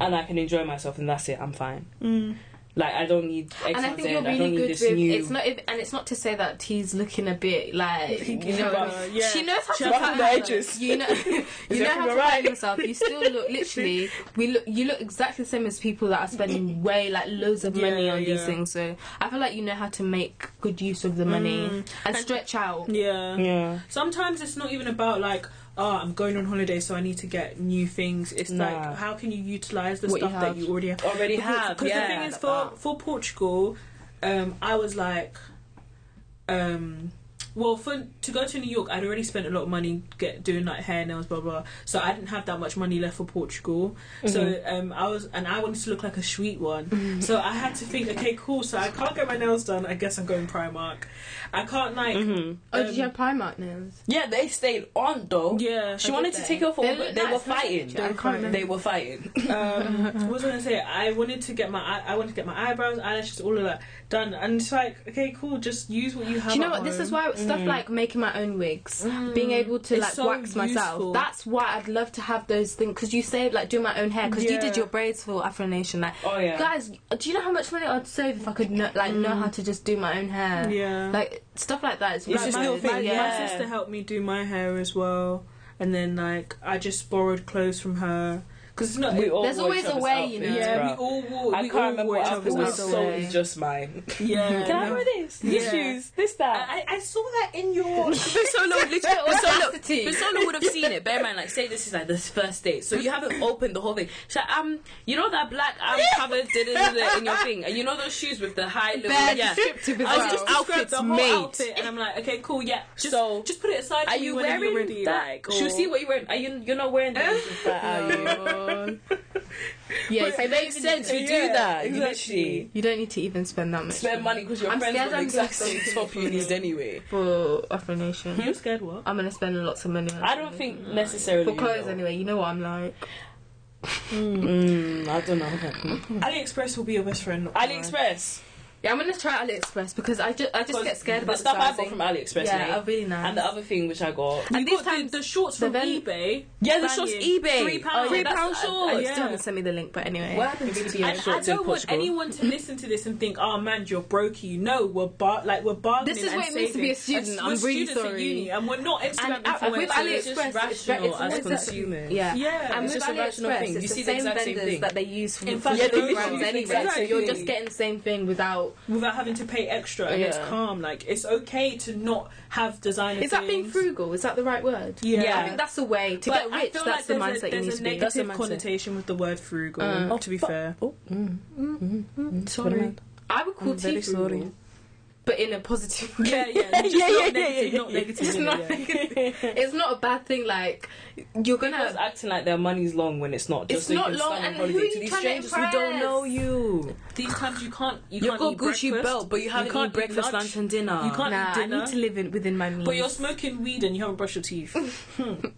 [SPEAKER 2] and I can enjoy myself, and that's it. I'm fine.
[SPEAKER 3] Mm.
[SPEAKER 2] Like I don't need. X,
[SPEAKER 1] And I
[SPEAKER 2] Y,
[SPEAKER 1] think
[SPEAKER 2] Z,
[SPEAKER 1] you're
[SPEAKER 2] don't
[SPEAKER 1] really
[SPEAKER 2] need
[SPEAKER 1] good with.
[SPEAKER 2] this new.
[SPEAKER 1] It's not, if, and it's not to say that he's looking a bit like you know. what I mean?
[SPEAKER 3] Yeah.
[SPEAKER 1] She knows how
[SPEAKER 3] She
[SPEAKER 1] to
[SPEAKER 3] has
[SPEAKER 1] find
[SPEAKER 3] the
[SPEAKER 1] herself.
[SPEAKER 3] edges.
[SPEAKER 1] You know, you know how to find yourself. You still look literally. We look. You look exactly the same as people that are spending way like loads of money
[SPEAKER 3] Yeah,
[SPEAKER 1] on these
[SPEAKER 3] yeah.
[SPEAKER 1] things. So I feel like you know how to make good use of the money and stretch out.
[SPEAKER 3] Mm. Yeah.
[SPEAKER 2] yeah.
[SPEAKER 3] Sometimes it's not even about like, oh, I'm going on holiday, so I need to get new things. It's
[SPEAKER 2] Nah.
[SPEAKER 3] like, how can you utilize the
[SPEAKER 1] What you
[SPEAKER 3] stuff that
[SPEAKER 1] have.
[SPEAKER 3] you already have?
[SPEAKER 2] Already have.
[SPEAKER 3] Because
[SPEAKER 2] yeah,
[SPEAKER 3] the thing is,
[SPEAKER 2] like
[SPEAKER 3] for
[SPEAKER 2] that.
[SPEAKER 3] for Portugal, um, I was like, um, well, for to go to New York, I'd already spent a lot of money get doing like hair, nails, blah blah. So I didn't have that much money left for Portugal. So um, I was, and I wanted to look like a sweet one. so I had to think, okay, cool. So I can't get my nails done. I guess I'm going Primark. I can't like,
[SPEAKER 2] Mm-hmm.
[SPEAKER 1] Oh,
[SPEAKER 3] um,
[SPEAKER 1] did you have Primark nails?
[SPEAKER 2] Yeah, they stayed on though.
[SPEAKER 3] yeah.
[SPEAKER 2] She wanted to
[SPEAKER 1] they?
[SPEAKER 2] take her for
[SPEAKER 1] They
[SPEAKER 2] but
[SPEAKER 1] look
[SPEAKER 2] they
[SPEAKER 1] nice,
[SPEAKER 2] were
[SPEAKER 1] don't they?
[SPEAKER 2] fighting.
[SPEAKER 1] I can't remember.
[SPEAKER 2] They were fighting.
[SPEAKER 3] um, what was I gonna say? I wanted to get my eye- I wanted to get my eyebrows, eyelashes, all of that done, and it's like, okay, cool, just use what you have.
[SPEAKER 1] Do you know
[SPEAKER 3] at
[SPEAKER 1] what? This
[SPEAKER 3] home.
[SPEAKER 1] is why stuff like making my own wigs, being able to
[SPEAKER 3] Mm. It's
[SPEAKER 1] like
[SPEAKER 3] so
[SPEAKER 1] wax myself.
[SPEAKER 3] useful.
[SPEAKER 1] That's why I'd love to have those things because you say like doing my own hair because you
[SPEAKER 3] Yeah.
[SPEAKER 1] did your braids for Afro Nation. Like,
[SPEAKER 2] Oh yeah.
[SPEAKER 1] guys, do you know how much money I'd save if I could know, like know
[SPEAKER 3] Mm.
[SPEAKER 1] how to just do my own hair?
[SPEAKER 3] Yeah.
[SPEAKER 1] Like stuff like that. It's,
[SPEAKER 2] It's
[SPEAKER 1] really
[SPEAKER 2] just
[SPEAKER 3] my,
[SPEAKER 2] little
[SPEAKER 1] good.
[SPEAKER 2] thing,
[SPEAKER 3] my- my
[SPEAKER 2] yeah.
[SPEAKER 3] sister helped me do my hair as well, and then like I just borrowed clothes from her because it's not.
[SPEAKER 2] we all
[SPEAKER 1] There's
[SPEAKER 2] wore
[SPEAKER 1] always
[SPEAKER 2] each
[SPEAKER 1] a
[SPEAKER 2] other's
[SPEAKER 1] way, you know.
[SPEAKER 2] outfits,
[SPEAKER 3] yeah,
[SPEAKER 2] bruh.
[SPEAKER 3] we all wore.
[SPEAKER 2] I
[SPEAKER 3] we
[SPEAKER 2] can't
[SPEAKER 3] all
[SPEAKER 2] remember
[SPEAKER 3] wore
[SPEAKER 2] what
[SPEAKER 3] each
[SPEAKER 2] outfit
[SPEAKER 3] other's
[SPEAKER 2] was
[SPEAKER 1] outfits.
[SPEAKER 2] so
[SPEAKER 1] Always.
[SPEAKER 2] it's just mine.
[SPEAKER 3] Yeah,
[SPEAKER 2] Can I
[SPEAKER 3] no.
[SPEAKER 2] wear this? These
[SPEAKER 3] Yeah.
[SPEAKER 2] shoes, this that.
[SPEAKER 3] I, I I saw that in your.
[SPEAKER 2] Solo, literally,
[SPEAKER 1] Audacity.
[SPEAKER 2] Solo would have seen it. Bear in mind, like, say this is like this first date, so you haven't opened the whole thing. So, um, you know that black um covered da, da, da, da, in your thing, and you know those shoes with the high little
[SPEAKER 1] Bad
[SPEAKER 2] yeah.
[SPEAKER 1] descriptive as
[SPEAKER 2] I was
[SPEAKER 1] well.
[SPEAKER 2] just
[SPEAKER 3] Described
[SPEAKER 2] outfits
[SPEAKER 3] the whole
[SPEAKER 2] made.
[SPEAKER 3] outfit, and I'm like, okay, cool, yeah. Just,
[SPEAKER 2] So-
[SPEAKER 3] just put it aside.
[SPEAKER 2] Are
[SPEAKER 3] for me
[SPEAKER 2] you
[SPEAKER 3] whenever
[SPEAKER 2] wearing
[SPEAKER 3] you're ready,
[SPEAKER 2] that?
[SPEAKER 3] Like,
[SPEAKER 2] She'll
[SPEAKER 3] or-
[SPEAKER 2] see what you're wearing. Are you? You're not wearing the shoes with that, uh, are you?
[SPEAKER 1] Yeah,
[SPEAKER 2] But it makes sense. You do
[SPEAKER 3] Yeah,
[SPEAKER 2] that. You
[SPEAKER 3] exactly.
[SPEAKER 2] literally
[SPEAKER 1] You don't need to even spend that much
[SPEAKER 2] spend money because your
[SPEAKER 1] I'm
[SPEAKER 2] friends
[SPEAKER 1] scared
[SPEAKER 2] got the
[SPEAKER 1] I'm
[SPEAKER 2] exact
[SPEAKER 1] gonna
[SPEAKER 2] same
[SPEAKER 1] spend
[SPEAKER 2] top you used anyway.
[SPEAKER 1] for Afro Nation.
[SPEAKER 3] You're scared what?
[SPEAKER 1] I'm gonna spend lots of money. on
[SPEAKER 2] I
[SPEAKER 1] Afro
[SPEAKER 2] don't think
[SPEAKER 1] Nation.
[SPEAKER 2] necessarily.
[SPEAKER 1] for clothes
[SPEAKER 2] though.
[SPEAKER 1] anyway. You know what I'm like.
[SPEAKER 7] Mm, I don't know.
[SPEAKER 3] AliExpress will be your best friend.
[SPEAKER 7] AliExpress.
[SPEAKER 1] Yeah, I'm gonna try AliExpress because I just I just get scared
[SPEAKER 7] The
[SPEAKER 1] about
[SPEAKER 7] stuff I bought
[SPEAKER 1] the sizing.
[SPEAKER 7] from AliExpress,
[SPEAKER 1] yeah,
[SPEAKER 7] yeah,
[SPEAKER 1] are really nice.
[SPEAKER 7] and the other thing which I got.
[SPEAKER 3] You
[SPEAKER 1] And this
[SPEAKER 3] got the,
[SPEAKER 1] time-
[SPEAKER 3] the shorts from
[SPEAKER 1] the very-
[SPEAKER 3] eBay.
[SPEAKER 7] Yeah, the shorts
[SPEAKER 3] Value.
[SPEAKER 7] eBay.
[SPEAKER 3] Three pounds.
[SPEAKER 7] Three
[SPEAKER 3] That's-
[SPEAKER 7] pound
[SPEAKER 1] Oh,
[SPEAKER 7] shorts.
[SPEAKER 1] you still haven't sent me the link, but anyway.
[SPEAKER 7] What happened to
[SPEAKER 3] And
[SPEAKER 7] BBL
[SPEAKER 3] I
[SPEAKER 7] shorts in
[SPEAKER 3] don't want
[SPEAKER 7] Portugal?
[SPEAKER 3] anyone to listen to this and think, "Oh man, you're broke." You know, we're bar- like we're bargaining.
[SPEAKER 1] This is
[SPEAKER 3] and
[SPEAKER 1] what it means to be a
[SPEAKER 3] saving.
[SPEAKER 1] student. I'm
[SPEAKER 3] As- we're
[SPEAKER 1] really
[SPEAKER 3] students at
[SPEAKER 1] sorry.
[SPEAKER 3] uni, and we're not Instagram
[SPEAKER 1] And I- with
[SPEAKER 3] influencers.
[SPEAKER 7] It's just
[SPEAKER 1] AliExpress, it's
[SPEAKER 7] rational
[SPEAKER 1] it's
[SPEAKER 7] as
[SPEAKER 1] always that-
[SPEAKER 7] consumers.
[SPEAKER 1] Yeah.
[SPEAKER 3] Yeah.
[SPEAKER 1] And
[SPEAKER 3] It's
[SPEAKER 1] with
[SPEAKER 7] just a rational
[SPEAKER 1] AliExpress,
[SPEAKER 7] thing.
[SPEAKER 1] it's
[SPEAKER 7] You
[SPEAKER 1] the
[SPEAKER 7] see the
[SPEAKER 1] same
[SPEAKER 7] exact same
[SPEAKER 1] vendors
[SPEAKER 7] thing.
[SPEAKER 1] that they use for
[SPEAKER 3] In
[SPEAKER 1] the
[SPEAKER 3] fact,
[SPEAKER 7] Yeah, they
[SPEAKER 1] programs
[SPEAKER 7] literally-
[SPEAKER 1] anyway. So
[SPEAKER 3] exactly.
[SPEAKER 1] you're just getting the same thing without.
[SPEAKER 3] without having to pay extra, and it's
[SPEAKER 1] Yeah.
[SPEAKER 3] calm. Like it's okay to not have designer.
[SPEAKER 1] Is that being
[SPEAKER 3] things.
[SPEAKER 1] frugal? Is that the right word?
[SPEAKER 3] Yeah.
[SPEAKER 1] I think that's the way to
[SPEAKER 3] But
[SPEAKER 1] get
[SPEAKER 3] I
[SPEAKER 1] rich.
[SPEAKER 3] feel
[SPEAKER 1] That's
[SPEAKER 3] like
[SPEAKER 1] the
[SPEAKER 3] there's
[SPEAKER 1] mindset
[SPEAKER 3] a,
[SPEAKER 1] you
[SPEAKER 3] there's
[SPEAKER 1] need
[SPEAKER 3] a
[SPEAKER 1] to be. in.
[SPEAKER 3] negative
[SPEAKER 1] mindset.
[SPEAKER 3] connotation with the word frugal.
[SPEAKER 1] Uh,
[SPEAKER 3] to be
[SPEAKER 7] but-
[SPEAKER 3] fair,
[SPEAKER 7] Mm,
[SPEAKER 1] Sorry. I would call
[SPEAKER 2] I'm very
[SPEAKER 1] tea
[SPEAKER 2] sorry.
[SPEAKER 1] frugal, but in a positive way.
[SPEAKER 3] yeah, yeah, just
[SPEAKER 7] Yeah,
[SPEAKER 3] not
[SPEAKER 7] yeah, yeah, yeah,
[SPEAKER 3] negative, not
[SPEAKER 7] yeah, yeah.
[SPEAKER 3] negative,
[SPEAKER 1] Just
[SPEAKER 3] yeah,
[SPEAKER 1] not
[SPEAKER 3] yeah.
[SPEAKER 1] it's not a bad thing. Like you're
[SPEAKER 7] Everyone's
[SPEAKER 1] gonna.
[SPEAKER 7] acting like their money's long when it's not. Just
[SPEAKER 1] It's
[SPEAKER 7] so you
[SPEAKER 1] not
[SPEAKER 7] can
[SPEAKER 1] long,
[SPEAKER 7] stand on
[SPEAKER 1] and
[SPEAKER 7] holiday
[SPEAKER 1] who are
[SPEAKER 7] to
[SPEAKER 1] you
[SPEAKER 7] these
[SPEAKER 1] trying to
[SPEAKER 7] strangers who don't
[SPEAKER 1] impress?
[SPEAKER 7] know you.
[SPEAKER 3] These times you can't. You
[SPEAKER 2] You've
[SPEAKER 3] can't
[SPEAKER 2] got
[SPEAKER 3] eat
[SPEAKER 2] Gucci
[SPEAKER 3] breakfast.
[SPEAKER 2] belt, but you haven't
[SPEAKER 3] can't
[SPEAKER 2] eaten breakfast,
[SPEAKER 3] eat
[SPEAKER 2] lunch,
[SPEAKER 3] lunch.
[SPEAKER 2] and dinner.
[SPEAKER 3] You can't
[SPEAKER 1] Nah,
[SPEAKER 3] eat
[SPEAKER 1] I
[SPEAKER 3] dinner.
[SPEAKER 1] need to live in, within my means.
[SPEAKER 3] but you're smoking weed and you haven't brushed your teeth.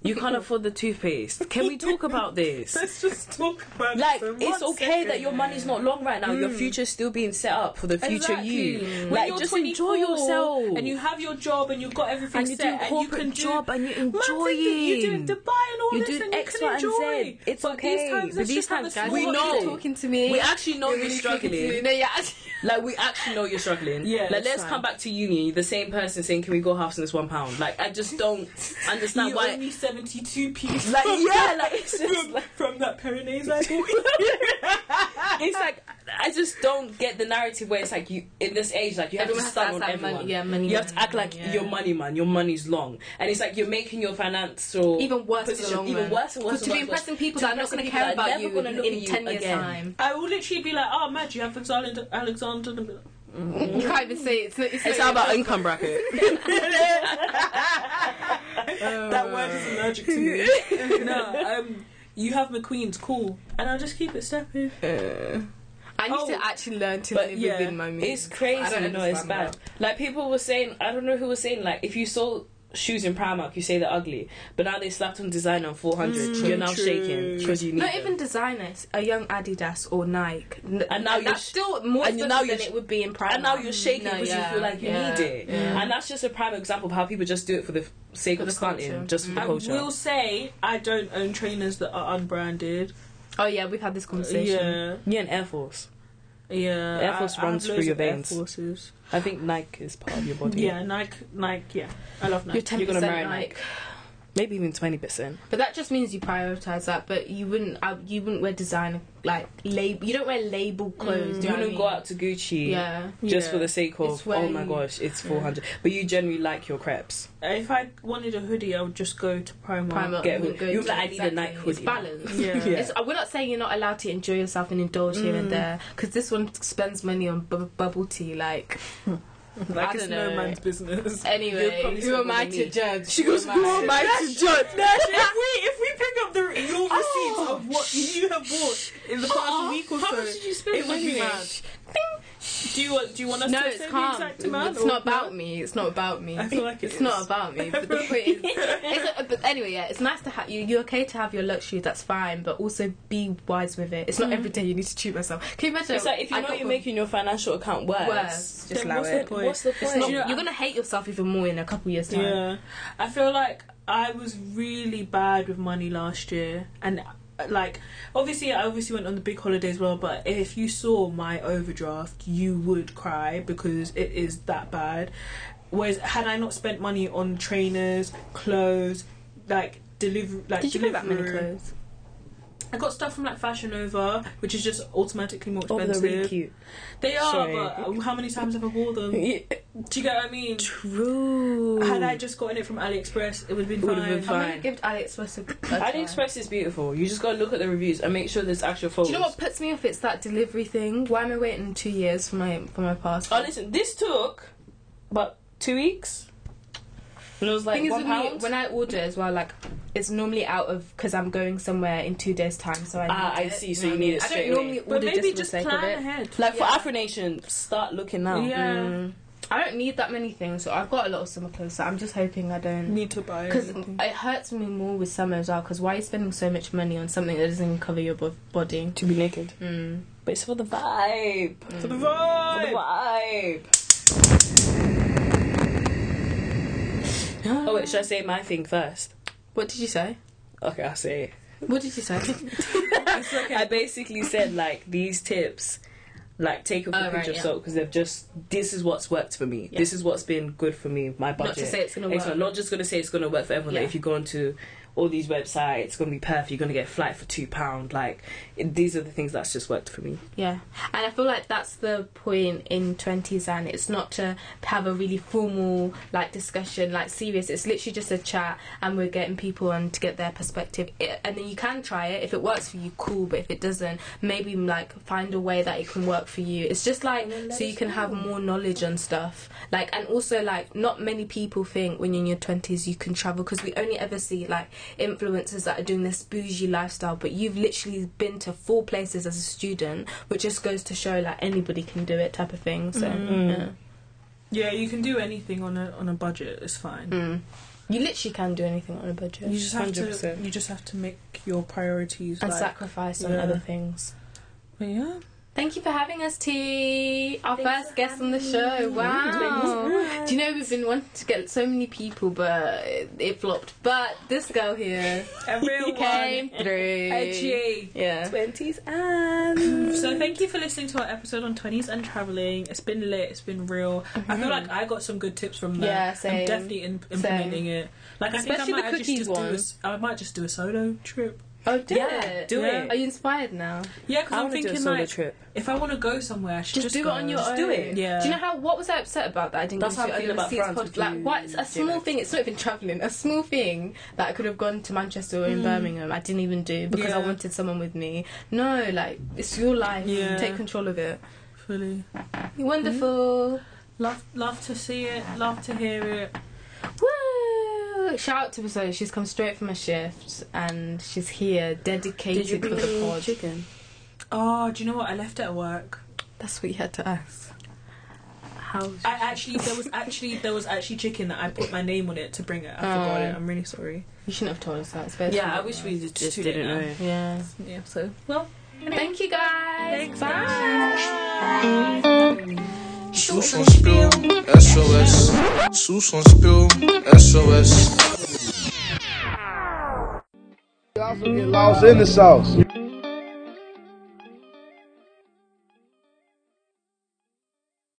[SPEAKER 2] You can't afford the toothpaste. Can we talk about this?
[SPEAKER 3] Let's just talk about it
[SPEAKER 7] Like
[SPEAKER 3] for one
[SPEAKER 7] it's okay
[SPEAKER 3] second. Mm.
[SPEAKER 7] that your money's not long right now. Your future's still being set up for the future you.
[SPEAKER 3] When
[SPEAKER 7] Like
[SPEAKER 3] you're
[SPEAKER 7] just
[SPEAKER 3] 24
[SPEAKER 7] enjoy yourself.
[SPEAKER 3] and you have your job and you've got everything
[SPEAKER 2] And you do
[SPEAKER 3] set and you
[SPEAKER 2] corporate
[SPEAKER 3] can do-
[SPEAKER 2] job and you
[SPEAKER 3] Man,
[SPEAKER 2] enjoy
[SPEAKER 3] think you- You're doing
[SPEAKER 2] it.
[SPEAKER 3] Dubai and all
[SPEAKER 2] You're
[SPEAKER 3] this
[SPEAKER 2] doing
[SPEAKER 3] and you
[SPEAKER 2] X,
[SPEAKER 3] can
[SPEAKER 2] Y, and
[SPEAKER 3] enjoy.
[SPEAKER 2] Z. It's
[SPEAKER 3] but
[SPEAKER 2] okay.
[SPEAKER 3] These times,
[SPEAKER 2] But
[SPEAKER 3] let's
[SPEAKER 2] these
[SPEAKER 3] just have
[SPEAKER 2] times,
[SPEAKER 3] a
[SPEAKER 2] guys,
[SPEAKER 1] You're
[SPEAKER 2] we
[SPEAKER 3] small-
[SPEAKER 1] not
[SPEAKER 2] know.
[SPEAKER 1] talking to me.
[SPEAKER 2] We actually know you're struggling.
[SPEAKER 1] No, yeah.
[SPEAKER 2] Like we actually know you're struggling.
[SPEAKER 3] Yeah,
[SPEAKER 2] Like
[SPEAKER 3] that's
[SPEAKER 2] let's
[SPEAKER 3] fine.
[SPEAKER 2] come back to uni, the same person saying, "Can we go halves on this one pound?" Like I just don't understand
[SPEAKER 3] You
[SPEAKER 2] why.
[SPEAKER 3] owe me 72 pieces
[SPEAKER 2] Like yeah, like it's just
[SPEAKER 3] from,
[SPEAKER 2] like,
[SPEAKER 3] from that Pyrenees I bought.
[SPEAKER 2] it's like I just don't get the narrative where it's like you in this age, like you have
[SPEAKER 1] Everyone
[SPEAKER 2] to
[SPEAKER 1] has
[SPEAKER 2] stand on
[SPEAKER 1] to ask that
[SPEAKER 2] everyone.
[SPEAKER 1] money- yeah, money
[SPEAKER 2] you have to
[SPEAKER 1] man,
[SPEAKER 2] act like
[SPEAKER 1] yeah.
[SPEAKER 2] your money man. Your money's long, and it's like you're making your financial
[SPEAKER 1] Even worse in the
[SPEAKER 2] position
[SPEAKER 1] long
[SPEAKER 2] even
[SPEAKER 1] run.
[SPEAKER 2] worse and worse.
[SPEAKER 1] Because to
[SPEAKER 2] and
[SPEAKER 1] be
[SPEAKER 2] worse,
[SPEAKER 1] impressing people
[SPEAKER 2] to
[SPEAKER 1] that are not
[SPEAKER 2] impressing
[SPEAKER 1] going to
[SPEAKER 2] people
[SPEAKER 1] care
[SPEAKER 2] that are
[SPEAKER 1] about
[SPEAKER 2] never
[SPEAKER 1] you
[SPEAKER 2] gonna look at
[SPEAKER 1] in
[SPEAKER 2] you
[SPEAKER 1] 10 years'
[SPEAKER 2] again.
[SPEAKER 1] time.
[SPEAKER 3] I will literally be like, oh, Madge, you have Alexander. Alexander.
[SPEAKER 1] You can't even say it. It's, it's,
[SPEAKER 2] It's all about income bracket.
[SPEAKER 3] that word is allergic to me. no, um, you have McQueen's cool, and I'll just keep it stepping.
[SPEAKER 1] I need
[SPEAKER 3] Oh.
[SPEAKER 1] to actually learn to
[SPEAKER 2] But
[SPEAKER 1] live
[SPEAKER 3] yeah,
[SPEAKER 1] within my means.
[SPEAKER 2] It's crazy.
[SPEAKER 1] I don't
[SPEAKER 2] no, it's
[SPEAKER 1] understand
[SPEAKER 2] bad.
[SPEAKER 1] that.
[SPEAKER 2] Like people were saying, I don't know who was saying like if you saw shoes in Primark, you say they're ugly. But now they slapped on design on four hundred. You're now
[SPEAKER 3] true.
[SPEAKER 2] shaking because you need.
[SPEAKER 1] Mm. Not
[SPEAKER 2] them.
[SPEAKER 1] even designers, a young Adidas or Nike. N-
[SPEAKER 2] And now you're
[SPEAKER 1] that's
[SPEAKER 2] sh-
[SPEAKER 1] still more
[SPEAKER 2] and
[SPEAKER 1] expensive
[SPEAKER 2] now you're
[SPEAKER 1] than
[SPEAKER 2] sh-
[SPEAKER 1] it would be in Primark.
[SPEAKER 2] And now you're shaking
[SPEAKER 1] No,
[SPEAKER 2] because
[SPEAKER 1] yeah,
[SPEAKER 2] you feel like you
[SPEAKER 1] yeah,
[SPEAKER 2] need it.
[SPEAKER 1] yeah.
[SPEAKER 2] And that's just a prime example of how people just do it for the f- sake
[SPEAKER 1] For
[SPEAKER 2] of
[SPEAKER 1] the
[SPEAKER 2] stunting,
[SPEAKER 1] culture.
[SPEAKER 2] just for the
[SPEAKER 3] I
[SPEAKER 2] culture.
[SPEAKER 3] will say I don't own trainers that are unbranded.
[SPEAKER 1] Oh yeah, we've had this conversation.
[SPEAKER 3] Yeah,
[SPEAKER 2] Yeah, and Air Force.
[SPEAKER 3] yeah.
[SPEAKER 2] Air Force
[SPEAKER 3] I, I have
[SPEAKER 2] runs through
[SPEAKER 3] loads
[SPEAKER 2] your
[SPEAKER 3] of Air
[SPEAKER 2] veins.
[SPEAKER 3] Forces.
[SPEAKER 2] I think Nike is part of your body.
[SPEAKER 3] Yeah, Nike, Nike. Yeah, I love Nike.
[SPEAKER 1] You're ten
[SPEAKER 2] You're gonna
[SPEAKER 1] percent
[SPEAKER 2] marry
[SPEAKER 1] like,
[SPEAKER 2] Nike. Maybe even twenty percent.
[SPEAKER 1] but that just means you prioritize that. But you wouldn't, uh, you wouldn't wear designer like label. You don't wear label clothes. do you
[SPEAKER 2] Mm, You
[SPEAKER 1] know what I
[SPEAKER 2] wouldn't
[SPEAKER 1] mean?
[SPEAKER 2] go out to Gucci
[SPEAKER 1] Yeah,
[SPEAKER 2] just
[SPEAKER 3] Yeah.
[SPEAKER 2] for the sake
[SPEAKER 1] It's
[SPEAKER 2] of
[SPEAKER 1] where
[SPEAKER 2] oh my
[SPEAKER 1] you-
[SPEAKER 2] gosh, it's four hundred. But you generally like your crepes.
[SPEAKER 3] If I wanted a hoodie, I would just go to Primark.
[SPEAKER 1] Primark.
[SPEAKER 2] Get
[SPEAKER 1] you wouldn't
[SPEAKER 2] hood-
[SPEAKER 1] go
[SPEAKER 2] you're like,
[SPEAKER 1] to-
[SPEAKER 2] I need a Nike
[SPEAKER 1] It's
[SPEAKER 2] hoodie.
[SPEAKER 1] balanced.
[SPEAKER 3] Yeah. Yeah.
[SPEAKER 1] It's, uh, we're not saying you're not allowed to enjoy yourself and indulge here
[SPEAKER 3] Mm.
[SPEAKER 1] and there because this one spends money on bu- bubble tea. Like
[SPEAKER 3] Like
[SPEAKER 1] I
[SPEAKER 3] it's
[SPEAKER 1] don't know.
[SPEAKER 3] no man's business. You'd
[SPEAKER 1] anyway,
[SPEAKER 3] probably
[SPEAKER 1] who am
[SPEAKER 3] spend
[SPEAKER 1] I
[SPEAKER 3] more
[SPEAKER 1] to
[SPEAKER 3] than
[SPEAKER 1] judge?
[SPEAKER 2] She goes,
[SPEAKER 1] Who am
[SPEAKER 2] who
[SPEAKER 1] I?
[SPEAKER 2] am I to judge?
[SPEAKER 3] if we if we pick up the your
[SPEAKER 1] Oh.
[SPEAKER 3] receipts of what you have bought in the past week or so, it would be mad. Do you want do you want us
[SPEAKER 1] No,
[SPEAKER 3] to
[SPEAKER 1] it's
[SPEAKER 3] say
[SPEAKER 1] calm.
[SPEAKER 3] the exact amount?
[SPEAKER 1] It's
[SPEAKER 3] or
[SPEAKER 1] not about me. It's not about me.
[SPEAKER 3] I feel like it
[SPEAKER 1] it's
[SPEAKER 3] is.
[SPEAKER 1] not about me. But the point is, it's a, but anyway, yeah, it's nice to have you. You're okay to have your luxury. That's fine, but also be wise with it. It's
[SPEAKER 3] Mm.
[SPEAKER 1] not every day you need to treat myself. Can you imagine?
[SPEAKER 2] It's like if you
[SPEAKER 1] I
[SPEAKER 2] know
[SPEAKER 1] got
[SPEAKER 2] you're
[SPEAKER 1] one
[SPEAKER 2] making your financial account worse.
[SPEAKER 1] worse, just
[SPEAKER 3] Then
[SPEAKER 1] allow
[SPEAKER 3] what's the
[SPEAKER 1] it.
[SPEAKER 3] point?
[SPEAKER 2] What's the
[SPEAKER 1] It's
[SPEAKER 2] point?
[SPEAKER 1] not-
[SPEAKER 3] Do you know-
[SPEAKER 1] you're gonna hate yourself even more in a couple years time.
[SPEAKER 3] Yeah, I feel like I was really bad with money last year, and uh, like obviously I obviously went on the big holiday as well. But if you saw my overdraft, you would cry because it is that bad. Whereas had I not spent money on trainers, clothes, like deliver, like
[SPEAKER 1] Did you get that many
[SPEAKER 3] Deliveroo-
[SPEAKER 1] clothes?
[SPEAKER 3] I got stuff from like Fashion Nova, which is just automatically more
[SPEAKER 2] Oh, they're
[SPEAKER 3] expensive.
[SPEAKER 2] really cute.
[SPEAKER 3] They are,
[SPEAKER 2] Sorry.
[SPEAKER 3] but uh, how many times have I worn them? Do
[SPEAKER 2] Yeah,
[SPEAKER 3] you get what I mean?
[SPEAKER 2] True.
[SPEAKER 3] Had I just gotten it from AliExpress, it would have been
[SPEAKER 2] Would've
[SPEAKER 3] fine.
[SPEAKER 2] been fine.
[SPEAKER 1] I'm gonna give AliExpress a. a try.
[SPEAKER 2] AliExpress is beautiful. You just gotta look at the reviews and make sure there's actual
[SPEAKER 1] Do
[SPEAKER 2] photos.
[SPEAKER 1] you know what puts me off? It's that delivery thing. Why am I waiting two years for my for my parcel?
[SPEAKER 2] Oh, listen, this took about two weeks. And it was like
[SPEAKER 1] thing is
[SPEAKER 2] one
[SPEAKER 1] with me,
[SPEAKER 2] pound.
[SPEAKER 1] when I order as well, like it's normally out of because I'm going somewhere in two days' time, so I need
[SPEAKER 2] Ah, I
[SPEAKER 1] it.
[SPEAKER 2] see, so you need it
[SPEAKER 1] I don't
[SPEAKER 2] straight away.
[SPEAKER 1] normally
[SPEAKER 3] But
[SPEAKER 1] order
[SPEAKER 3] maybe
[SPEAKER 1] just for the
[SPEAKER 3] just
[SPEAKER 1] sake of
[SPEAKER 3] plan
[SPEAKER 1] it.
[SPEAKER 3] ahead.
[SPEAKER 2] like for
[SPEAKER 1] yeah.
[SPEAKER 2] Afro Nation, start looking now.
[SPEAKER 3] Yeah.
[SPEAKER 1] Mm. I don't need that many things, so I've got a lot of summer clothes. So I'm just hoping I don't.
[SPEAKER 3] Need to buy.
[SPEAKER 1] Because
[SPEAKER 3] anything.
[SPEAKER 1] it hurts me more with summer as well. Because why are you spending so much money on something that doesn't cover your bo- body?
[SPEAKER 2] To be naked.
[SPEAKER 1] Mm.
[SPEAKER 2] But it's for the vibe.
[SPEAKER 3] for the vibe.
[SPEAKER 2] vibe. Oh wait, should I say my thing first?
[SPEAKER 1] What did you say?
[SPEAKER 2] Okay, I'll say it.
[SPEAKER 1] What did you say?
[SPEAKER 2] I basically said like these tips, like take it with
[SPEAKER 1] Oh,
[SPEAKER 2] a
[SPEAKER 1] right,
[SPEAKER 2] pinch of
[SPEAKER 1] yeah.
[SPEAKER 2] salt because they've just this is what's worked for me.
[SPEAKER 1] Yeah.
[SPEAKER 2] This is what's been good for me. My
[SPEAKER 1] Not
[SPEAKER 2] budget.
[SPEAKER 1] to say it's gonna
[SPEAKER 2] It's
[SPEAKER 1] work.
[SPEAKER 2] not, not just gonna say it's gonna work for everyone. Like,
[SPEAKER 1] Yeah.
[SPEAKER 2] if you go onto all these websites, it's gonna be perfect. You're gonna get a flight for two pound. Like it- these are the things that's just worked for me.
[SPEAKER 1] Yeah, and I feel like that's the point in twenties, and it's not to have a really formal like discussion, like serious. It's literally just a chat, and we're getting people and to get their perspective. It, and then you can try it if it works for you, cool. But if it doesn't, maybe like find a way that it can work for you. It's just like so you can have more knowledge on stuff. Like and also like not many people think when you're in your twenties you can travel because we only ever see like influencers that are doing this bougie lifestyle, but you've literally been to four places as a student, which just goes to show like anybody can do it type of thing. So
[SPEAKER 3] Mm.
[SPEAKER 1] yeah.
[SPEAKER 3] Yeah, you can do anything on a on a budget. It's fine.
[SPEAKER 1] Mm. you literally can do anything on a budget
[SPEAKER 3] You just have to.
[SPEAKER 2] 100%.
[SPEAKER 3] You just have to make your priorities.
[SPEAKER 1] and
[SPEAKER 3] like,
[SPEAKER 1] sacrifice on
[SPEAKER 3] yeah.
[SPEAKER 1] other things.
[SPEAKER 3] But yeah.
[SPEAKER 1] Thank you for having us, T. Our
[SPEAKER 8] Thanks
[SPEAKER 1] first
[SPEAKER 8] for
[SPEAKER 1] guest on the
[SPEAKER 8] having
[SPEAKER 1] show.
[SPEAKER 8] me.
[SPEAKER 1] Wow. Do you know we've been wanting to get so many people, but it, it flopped. But this girl here
[SPEAKER 3] Everyone.
[SPEAKER 1] came through.
[SPEAKER 8] E
[SPEAKER 1] Yeah.
[SPEAKER 2] Twenties and
[SPEAKER 3] So thank you for listening to our episode on twenties and traveling. It's been lit. It's been real. I feel like I got some good tips from there.
[SPEAKER 1] Mhm. Yeah, same.
[SPEAKER 3] I'm definitely in- implementing it. Like I
[SPEAKER 1] Especially
[SPEAKER 3] think I
[SPEAKER 1] the
[SPEAKER 3] might actually
[SPEAKER 1] cookies
[SPEAKER 3] just, do a
[SPEAKER 1] one.
[SPEAKER 3] s- I might just do a solo trip.
[SPEAKER 1] Oh, do
[SPEAKER 2] Yeah,
[SPEAKER 1] it.
[SPEAKER 2] do
[SPEAKER 3] Yeah.
[SPEAKER 1] Are
[SPEAKER 2] it.
[SPEAKER 1] you inspired now?
[SPEAKER 3] Yeah, because
[SPEAKER 2] I
[SPEAKER 3] I'm
[SPEAKER 2] want to do a
[SPEAKER 3] thinking
[SPEAKER 2] solo
[SPEAKER 3] like
[SPEAKER 2] trip.
[SPEAKER 3] if I want to go somewhere, I should
[SPEAKER 1] Just,
[SPEAKER 3] just,
[SPEAKER 1] do it
[SPEAKER 3] go.
[SPEAKER 1] on your
[SPEAKER 3] Just
[SPEAKER 1] own.
[SPEAKER 2] do it.
[SPEAKER 3] Yeah.
[SPEAKER 1] Do you know how? What was I upset about that? I didn't.
[SPEAKER 2] That's
[SPEAKER 1] go
[SPEAKER 2] how
[SPEAKER 1] to
[SPEAKER 2] I
[SPEAKER 1] an
[SPEAKER 2] feel about
[SPEAKER 1] overseas
[SPEAKER 2] France
[SPEAKER 1] pod-
[SPEAKER 2] with
[SPEAKER 1] Like,
[SPEAKER 2] you,
[SPEAKER 1] what? It's a
[SPEAKER 2] Jada.
[SPEAKER 1] small thing. It's not even traveling. A small thing that I could have gone to Manchester or in Birmingham. I didn't even do because I
[SPEAKER 3] Yeah.
[SPEAKER 1] wanted someone with me. No, like it's your life.
[SPEAKER 3] Yeah.
[SPEAKER 1] Take control of it.
[SPEAKER 3] Fully.
[SPEAKER 1] You're wonderful.
[SPEAKER 3] Love, love to see it. Love to hear it.
[SPEAKER 1] Woo! Shout out to Basola. She's come straight from a shift and she's here, dedicated
[SPEAKER 5] Did you
[SPEAKER 1] for
[SPEAKER 5] bring
[SPEAKER 1] the
[SPEAKER 5] any
[SPEAKER 1] pod.
[SPEAKER 5] chicken?
[SPEAKER 3] Oh, do you know what? I left it at work.
[SPEAKER 1] That's what you had to ask. How?
[SPEAKER 3] I actually there was actually there was actually chicken that I put my name on it to bring it. I forgot
[SPEAKER 1] Oh.
[SPEAKER 3] it. I'm really sorry.
[SPEAKER 1] You shouldn't have told us that. It's better
[SPEAKER 5] Yeah, I
[SPEAKER 1] to-
[SPEAKER 5] wish we just,
[SPEAKER 3] Just
[SPEAKER 5] just
[SPEAKER 3] do it
[SPEAKER 5] didn't
[SPEAKER 3] now.
[SPEAKER 5] know.
[SPEAKER 1] Yeah.
[SPEAKER 3] Yeah. So well.
[SPEAKER 1] Thank you guys. Bye.
[SPEAKER 4] Susan Spill, SOS. Susan Spill, SOS.
[SPEAKER 9] also get lost in the sauce.